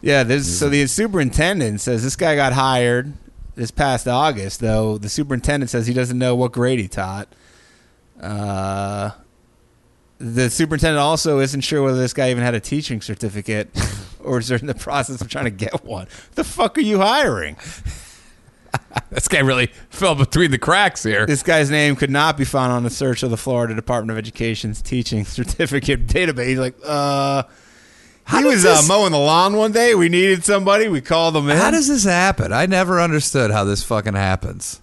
Speaker 4: Yeah. There's so the superintendent says this guy got hired this past August, though the superintendent says he doesn't know what grade he taught. Uh, the superintendent also isn't sure whether this guy even had a teaching certificate *laughs* or is in the process of trying to get one. The fuck are you hiring?
Speaker 1: This guy really fell between the cracks here.
Speaker 4: This guy's name could not be found on the search of the Florida Department of Education's teaching *laughs* certificate database. He's like, uh, he was uh, mowing the lawn one day. We needed somebody. We called him in.
Speaker 1: How does this happen? I never understood how this fucking happens.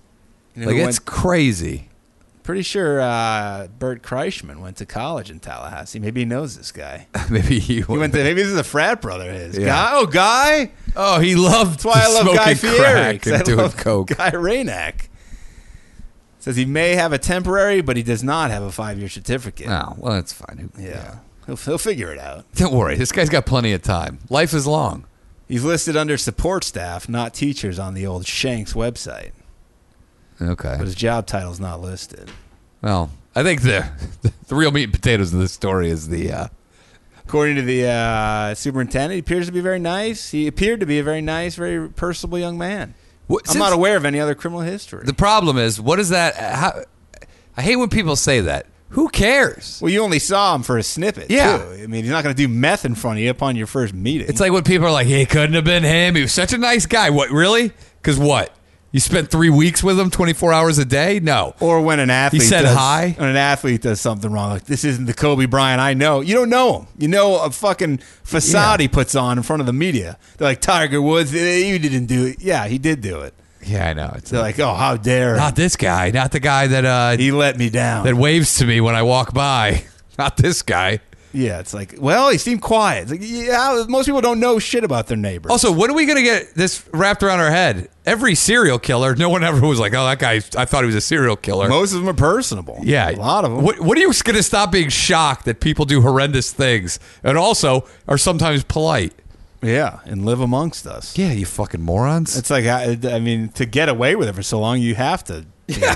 Speaker 4: You know
Speaker 1: Like
Speaker 4: who
Speaker 1: it's
Speaker 4: went-
Speaker 1: crazy. *laughs*
Speaker 4: pretty sure uh, Bert Kreisman went to college in Tallahassee. Maybe he knows this guy.
Speaker 1: Maybe he
Speaker 4: He
Speaker 1: went.
Speaker 4: went to, maybe this is a frat brother of his.
Speaker 1: Yeah.
Speaker 4: Guy, oh, guy.
Speaker 1: *laughs* oh, he loved.
Speaker 4: That's why I love
Speaker 1: smoking
Speaker 4: Guy Fieri.
Speaker 1: crack
Speaker 4: *laughs* 'cause
Speaker 1: and
Speaker 4: I
Speaker 1: doing
Speaker 4: love
Speaker 1: coke.
Speaker 4: Guy Raynack says he may have a temporary, but he does not have a five-year certificate.
Speaker 1: Oh, well, that's fine. Who-
Speaker 4: Yeah, He'll, he'll figure it out.
Speaker 1: Don't worry. This guy's got plenty of time. Life is long.
Speaker 4: He's listed under support staff, not teachers, on the old Shanks website,
Speaker 1: Okay.
Speaker 4: but his job title's not listed.
Speaker 1: Well, I think the *laughs* the real meat and potatoes of this story is the. Uh,
Speaker 4: According to the uh, superintendent, he appears to be very nice. He appeared to be a very nice, very personable young man.
Speaker 1: what,
Speaker 4: I'm not
Speaker 1: since-
Speaker 4: aware of any other criminal history.
Speaker 1: The problem is, what is that? uh, How, I hate when people say that. Who cares?
Speaker 4: well, you only saw him for a snippet.
Speaker 1: Yeah.
Speaker 4: too. I mean, he's not going to do meth in front of you upon your first meeting.
Speaker 1: It's like when people are like, "He couldn't have been him. He was such a nice guy." What really? Because what? You spent three weeks with him, twenty four hours a day? No.
Speaker 4: or when an athlete
Speaker 1: said
Speaker 4: does,
Speaker 1: hi?
Speaker 4: when an athlete does something wrong, like this isn't the Kobe Bryant I know. You don't know him. You know a fucking facade
Speaker 1: Yeah.
Speaker 4: he puts on in front of the media. They're like Tiger Woods. eh, You didn't do it. Yeah, he did do it.
Speaker 1: Yeah, I know. It's
Speaker 4: They're like, oh, how dare
Speaker 1: not this guy, not the guy that uh,
Speaker 4: he let me down?
Speaker 1: that waves to me when I walk by. *laughs* Not this guy.
Speaker 4: yeah, it's like, well, he seemed quiet. It's like, yeah, most people don't know shit about their neighbor.
Speaker 1: Also, when are we gonna get this wrapped around our head? Every serial killer, no one ever was like, "Oh, that guy." I thought he was a serial killer.
Speaker 4: most of them are personable.
Speaker 1: yeah,
Speaker 4: a lot of them.
Speaker 1: What, what are you gonna stop being shocked that people do horrendous things and also are sometimes polite?
Speaker 4: Yeah, and live amongst us.
Speaker 1: Yeah, you fucking morons. *laughs*
Speaker 4: It's like I, I mean, to get away with it for so long, you have to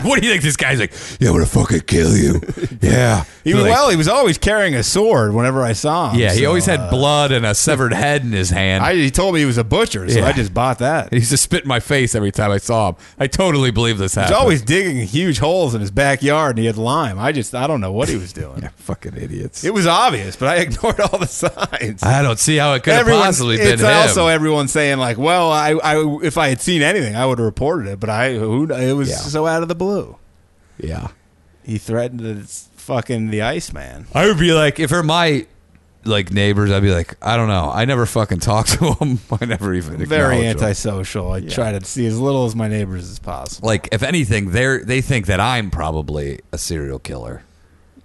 Speaker 1: what do you think this guy's like? *laughs* Yeah, I'm gonna fucking kill you. Yeah.
Speaker 4: He,
Speaker 1: They're like-
Speaker 4: well, he was always carrying a sword whenever I saw him.
Speaker 1: yeah, he
Speaker 4: so,
Speaker 1: always had
Speaker 4: uh,
Speaker 1: blood and a severed head in his hand.
Speaker 4: I, he told me he was a butcher, so
Speaker 1: Yeah.
Speaker 4: I just bought that.
Speaker 1: he used to spit in my face every time I saw him. I totally believe this
Speaker 4: He's
Speaker 1: happened.
Speaker 4: always digging huge holes in his backyard, and he had lime. I just, I don't know what he was
Speaker 1: *laughs*
Speaker 4: doing.
Speaker 1: yeah, fucking idiots.
Speaker 4: It was obvious, but I *laughs* ignored all the signs.
Speaker 1: I don't see how it could have
Speaker 4: Everyone-
Speaker 1: possibly been
Speaker 4: it's
Speaker 1: him.
Speaker 4: also everyone saying like, "Well, I, I, if I had seen anything, I would have reported it." But I, who, it was
Speaker 1: Yeah.
Speaker 4: so out of the blue.
Speaker 1: yeah.
Speaker 4: He threatened the fucking the Iceman.
Speaker 1: I would be like, if they're my like neighbors, I'd be like, I don't know. I never fucking *laughs* talk to them. I never even
Speaker 4: Very
Speaker 1: acknowledge 'em.
Speaker 4: antisocial. I try to see as little as my neighbors as possible.
Speaker 1: Like, if anything, they are they think that I'm probably a serial killer.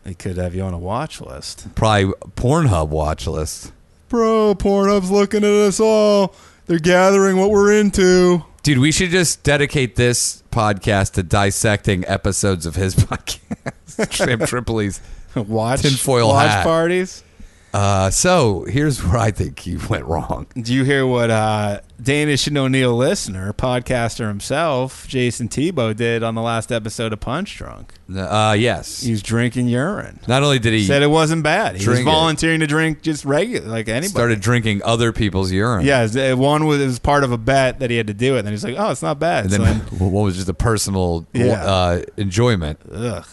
Speaker 4: They could have you on a watch list,
Speaker 1: Probably Pornhub watch list.
Speaker 4: bro. Pornhub's looking at us all. They're gathering what we're into.
Speaker 1: Dude, we should just dedicate this podcast to dissecting episodes of his *laughs* podcast, Trim Tripoli's.
Speaker 4: *laughs* Watch
Speaker 1: Tinfoil
Speaker 4: watch
Speaker 1: hat.
Speaker 4: parties.
Speaker 1: Uh, so here's where I think he went wrong.
Speaker 4: Do you hear what uh, Danish and O'Neill listener, podcaster himself, Jason Tebow, did on the last episode of Punch Drunk?
Speaker 1: Uh, yes.
Speaker 4: He was drinking urine.
Speaker 1: Not only did he
Speaker 4: Said it wasn't bad. He was
Speaker 1: Drink it.
Speaker 4: volunteering to drink just regular, like anybody.
Speaker 1: started drinking other people's urine.
Speaker 4: yeah, it was- one was, it was part of a bet that he had to do it. And then he's like, oh, it's not bad.
Speaker 1: And then *laughs*
Speaker 4: so then,
Speaker 1: what was just a personal
Speaker 4: Yeah.
Speaker 1: uh, enjoyment?
Speaker 4: *laughs* ugh.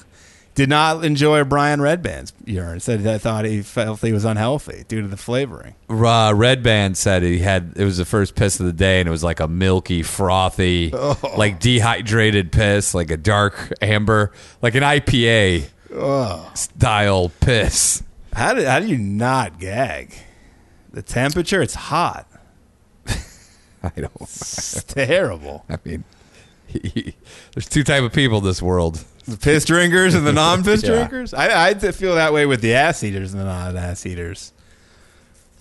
Speaker 4: Did not enjoy Brian Redband's urine. Said that thought he felt he was unhealthy due to the flavoring.
Speaker 1: Uh, Red Band said he had it was the first piss of the day, and it was like a milky, frothy,
Speaker 4: Oh.
Speaker 1: like dehydrated piss, like a dark amber, like an IPA style piss. *laughs*
Speaker 4: How did how do you not gag? The temperature, it's hot.
Speaker 1: I don't.
Speaker 4: It's terrible.
Speaker 1: I mean, there's two type of people in this world.
Speaker 4: The piss drinkers *laughs* and the non piss
Speaker 1: Yeah.
Speaker 4: drinkers. I, I feel that way with the ass eaters and the non ass eaters.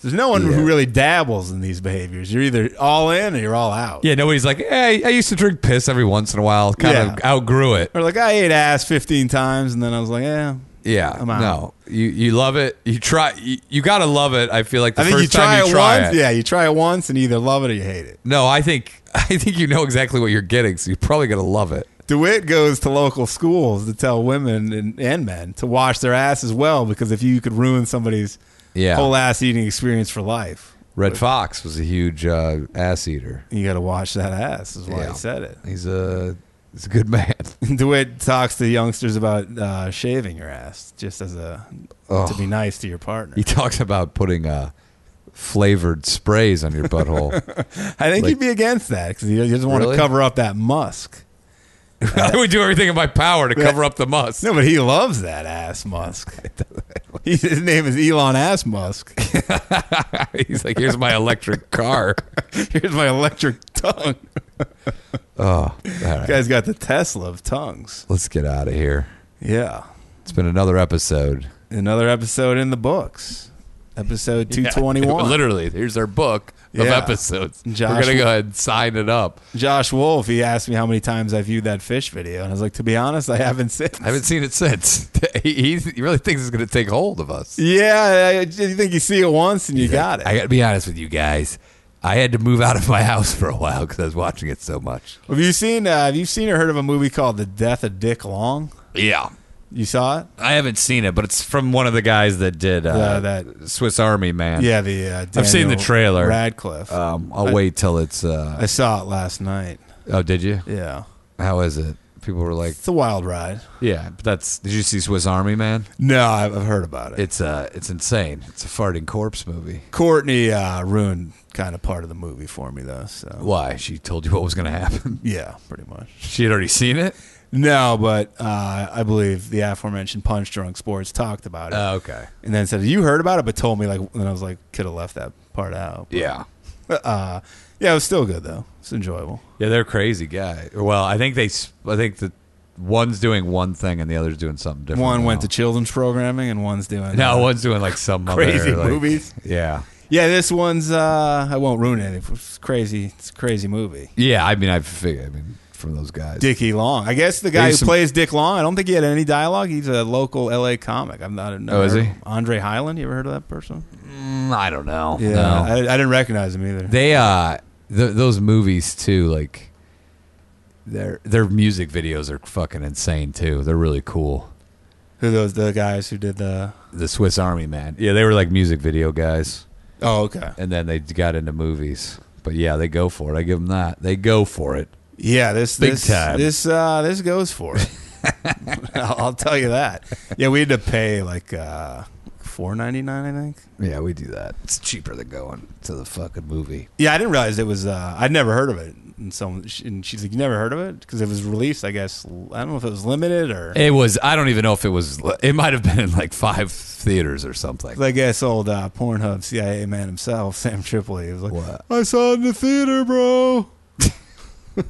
Speaker 4: There's no one who really dabbles in these behaviors. You're either all in or you're all out.
Speaker 1: Yeah, nobody's like, hey, I used to drink piss every once in a while. Kind of
Speaker 4: Yeah.
Speaker 1: outgrew it.
Speaker 4: Or like I ate ass 15 times and then I was like, yeah.
Speaker 1: Yeah,
Speaker 4: I'm out.
Speaker 1: no, you you love it. You try. You, you gotta love it. I feel like the
Speaker 4: I think
Speaker 1: first
Speaker 4: you try,
Speaker 1: time
Speaker 4: it
Speaker 1: you try
Speaker 4: once.
Speaker 1: it.
Speaker 4: Yeah, you try it once and either love it or you hate it.
Speaker 1: No, I think *laughs* I think you know exactly what you're getting, so you're probably gonna love it.
Speaker 4: DeWitt goes to local schools to tell women and, and men to wash their ass as well because if you could ruin somebody's
Speaker 1: Yeah,
Speaker 4: whole ass eating experience for life,
Speaker 1: Red Fox was a huge uh, ass eater.
Speaker 4: you got to wash that ass, is why
Speaker 1: Yeah.
Speaker 4: he said it. *laughs*
Speaker 1: He's a he's a good *laughs* man.
Speaker 4: DeWitt talks to youngsters about uh, shaving your ass just as a to be nice to your partner.
Speaker 1: He talks about putting uh, flavored sprays on your
Speaker 4: *laughs*
Speaker 1: butthole. *laughs*
Speaker 4: I think
Speaker 1: like-
Speaker 4: he'd be against that because he doesn't want
Speaker 1: Really?
Speaker 4: to cover up that musk.
Speaker 1: I would do everything in my power to cover up the must.
Speaker 4: No, but he loves that ass musk. He- His name is Elon Ass Musk.
Speaker 1: *laughs*
Speaker 4: *laughs*
Speaker 1: He's like, here's my electric car.
Speaker 4: Here's my electric tongue.
Speaker 1: Oh, all right.
Speaker 4: Guy's got the Tesla of tongues.
Speaker 1: Let's get out of here.
Speaker 4: Yeah,
Speaker 1: It's been another episode.
Speaker 4: another episode in the books.
Speaker 1: *laughs*
Speaker 4: Episode two twenty one.
Speaker 1: Literally, here's our book of
Speaker 4: Yeah.
Speaker 1: episodes. We're
Speaker 4: Josh-
Speaker 1: gonna go ahead and sign it up.
Speaker 4: Josh Wolf. He asked me how many times I viewed that fish video, and I was like, to be honest, I haven't since.
Speaker 1: I haven't seen it since. *laughs* he, he really thinks it's going to take hold of us.
Speaker 4: *laughs* Yeah, I, I just think you see it once and you got it.
Speaker 1: I got to be honest with you guys. I had to move out of my *laughs* house for a while because I was watching it so much.
Speaker 4: have you seen? Uh, have you seen or heard of a movie called The Death of Dick Long?
Speaker 1: Yeah.
Speaker 4: You saw it?
Speaker 1: I haven't seen it, but it's from one of the guys that did uh,
Speaker 4: Uh, that-
Speaker 1: Swiss Army Man.
Speaker 4: Yeah, the uh,
Speaker 1: I've seen the
Speaker 4: Daniel
Speaker 1: trailer.
Speaker 4: Radcliffe.
Speaker 1: Um, I'll wait till it's. Uh,
Speaker 4: I saw it last night.
Speaker 1: oh, did you?
Speaker 4: Yeah,
Speaker 1: How is it? People were like,
Speaker 4: it's a wild ride.
Speaker 1: "Yeah, but that's." Did you see Swiss Army Man?
Speaker 4: No, I've I've heard about it.
Speaker 1: It's uh, it's insane. It's a farting corpse movie.
Speaker 4: Courtney uh, ruined kind of part of the movie for me though. So
Speaker 1: Why? She told you what was going to happen. *laughs*
Speaker 4: yeah, pretty much.
Speaker 1: she had already seen it.
Speaker 4: No, but uh, I believe the aforementioned Punch Drunk Sports talked about it,
Speaker 1: Oh, okay.
Speaker 4: and then said you heard about it, but told me like, and I was like, could have left that part out.
Speaker 1: Yeah.
Speaker 4: uh, yeah, it was still good though. It's enjoyable.
Speaker 1: Yeah, they're crazy guy. Well, I think they. s- I think the one's doing one thing and the other's doing something different.
Speaker 4: One
Speaker 1: now.
Speaker 4: went to children's programming, and one's
Speaker 1: *laughs*
Speaker 4: doing
Speaker 1: No,
Speaker 4: uh,
Speaker 1: one's doing like *laughs* some other,
Speaker 4: crazy
Speaker 1: like-
Speaker 4: movies.
Speaker 1: Yeah,
Speaker 4: Yeah, this one's. uh I won't ruin it. It's crazy. It's a crazy movie.
Speaker 1: yeah. I mean, I figured. I mean, from those guys.
Speaker 4: Dickie Long. I guess the guy
Speaker 1: Maybe
Speaker 4: who
Speaker 1: some-
Speaker 4: plays Dick Long. I don't think he had any dialogue. He's a local LA comic. I'm not. I've never
Speaker 1: Oh, is
Speaker 4: heard
Speaker 1: he?
Speaker 4: of him. Andre Highland. You ever heard of that person?
Speaker 1: Mm, I don't know.
Speaker 4: Yeah,
Speaker 1: No.
Speaker 4: I, I didn't recognize him either.
Speaker 1: they uh, th- those movies too. Like, Their their music videos are fucking insane too. They're really cool.
Speaker 4: Who those the guys who did the?
Speaker 1: The Swiss Army Man. Yeah, they were like music video guys,
Speaker 4: Oh, okay.
Speaker 1: and then they got into movies. But yeah, they go for it. I give them that. They go for it.
Speaker 4: Yeah, this
Speaker 1: Big
Speaker 4: this
Speaker 1: time.
Speaker 4: this uh, this goes
Speaker 1: *laughs*
Speaker 4: for it. *laughs* I'll, I'll tell you that. Yeah, we had to pay like uh, four ninety nine, I think.
Speaker 1: Yeah, we do that. It's cheaper than going to the fucking movie.
Speaker 4: Yeah, I didn't realize it was. Uh, I'd never heard of it, and someone she, and she's like, "You never heard of it?" Because it was released. I guess I don't know if it was limited or.
Speaker 1: It was. I don't even know if it was. It might have been in like five theaters or something.
Speaker 4: I guess old uh, Pornhub CIA man himself, *laughs* Sam Tripoli, was like,
Speaker 1: What?
Speaker 4: "I saw it in the theater, bro."
Speaker 1: *laughs*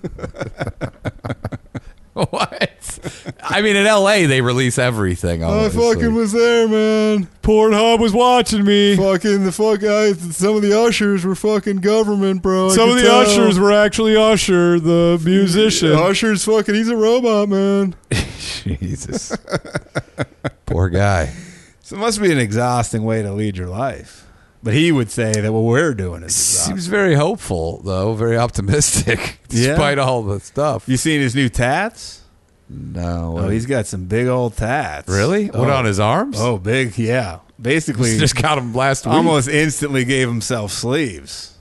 Speaker 1: What? I mean, in L.A. they release everything.
Speaker 4: I
Speaker 1: Obviously.
Speaker 4: fucking was there, man.
Speaker 1: Pornhub was watching me.
Speaker 4: Fucking the fuck guys. Some of the ushers were fucking government, bro. I
Speaker 1: Some of
Speaker 4: could
Speaker 1: the
Speaker 4: "Oh, tell.
Speaker 1: ushers were actually Usher, the musician.
Speaker 4: Usher's fucking. He's a robot, man.
Speaker 1: *laughs* Jesus. Poor guy.
Speaker 4: *laughs* So it must be an exhausting way to lead your life. But he would say that what we're doing is exhausting.
Speaker 1: Seems very hopeful, though, very optimistic, *laughs*
Speaker 4: Yeah.
Speaker 1: despite all the stuff.
Speaker 4: You seen his new tats?
Speaker 1: No.
Speaker 4: Oh, he's got some big old tats.
Speaker 1: really?
Speaker 4: Oh.
Speaker 1: What on his arms?
Speaker 4: Oh, big. Yeah. Basically, *laughs*
Speaker 1: just got him last week.
Speaker 4: almost instantly gave himself sleeves.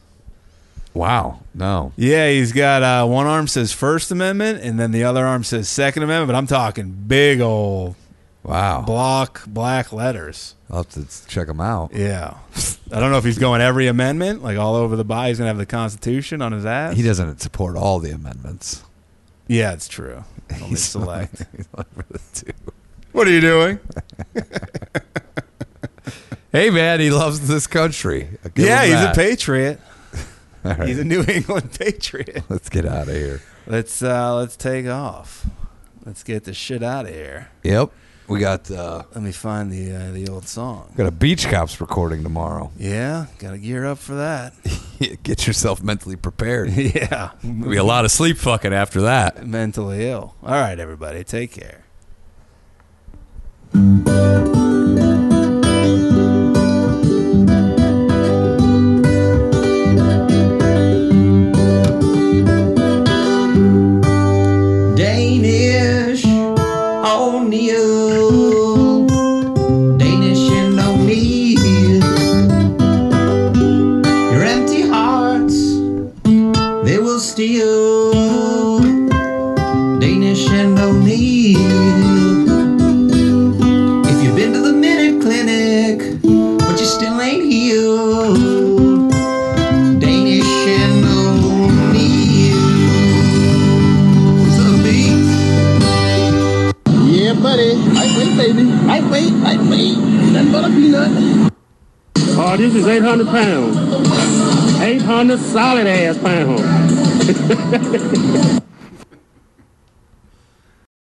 Speaker 1: Wow. No.
Speaker 4: Yeah, he's got uh, one arm says First Amendment, and then the other arm says Second Amendment. But I'm talking big old
Speaker 1: Wow.
Speaker 4: block black letters.
Speaker 1: I'll have to check him out.
Speaker 4: Yeah. I don't know if he's going every amendment, like all over the body. He's going to have the Constitution on his ass.
Speaker 1: He doesn't support all the amendments. *laughs*
Speaker 4: yeah, it's true. Only select.
Speaker 1: Two.
Speaker 4: what are you doing?
Speaker 1: Hey man, he loves this country. I'll give
Speaker 4: yeah,
Speaker 1: him
Speaker 4: he's
Speaker 1: that.
Speaker 4: a patriot.
Speaker 1: *laughs* All right,
Speaker 4: He's a New *laughs* England patriot.
Speaker 1: let's get out of here.
Speaker 4: Let's uh let's take off. Let's get the shit out of here.
Speaker 1: Yep, we got uh,
Speaker 4: Let me find the uh, the old song.
Speaker 1: got a Beach Cops recording tomorrow. *laughs*
Speaker 4: Yeah, got to gear up for that. *laughs*
Speaker 1: get yourself mentally prepared. *laughs*
Speaker 4: yeah.
Speaker 1: Be a lot of sleep fucking after that.
Speaker 4: Mentally ill. All right, everybody, take care.
Speaker 6: Danish O'Neill. Danish and O'Neill. Your empty hearts, they will steal. Danish and O'Neill. If you've been to the Minute Clinic, but you still ain't healed. Danish and O'Neill.
Speaker 2: Yeah, buddy. Lightweight, baby. Lightweight, lightweight. Nothing but a peanut.
Speaker 7: Oh, this is 800 pounds. 800 solid ass pounds.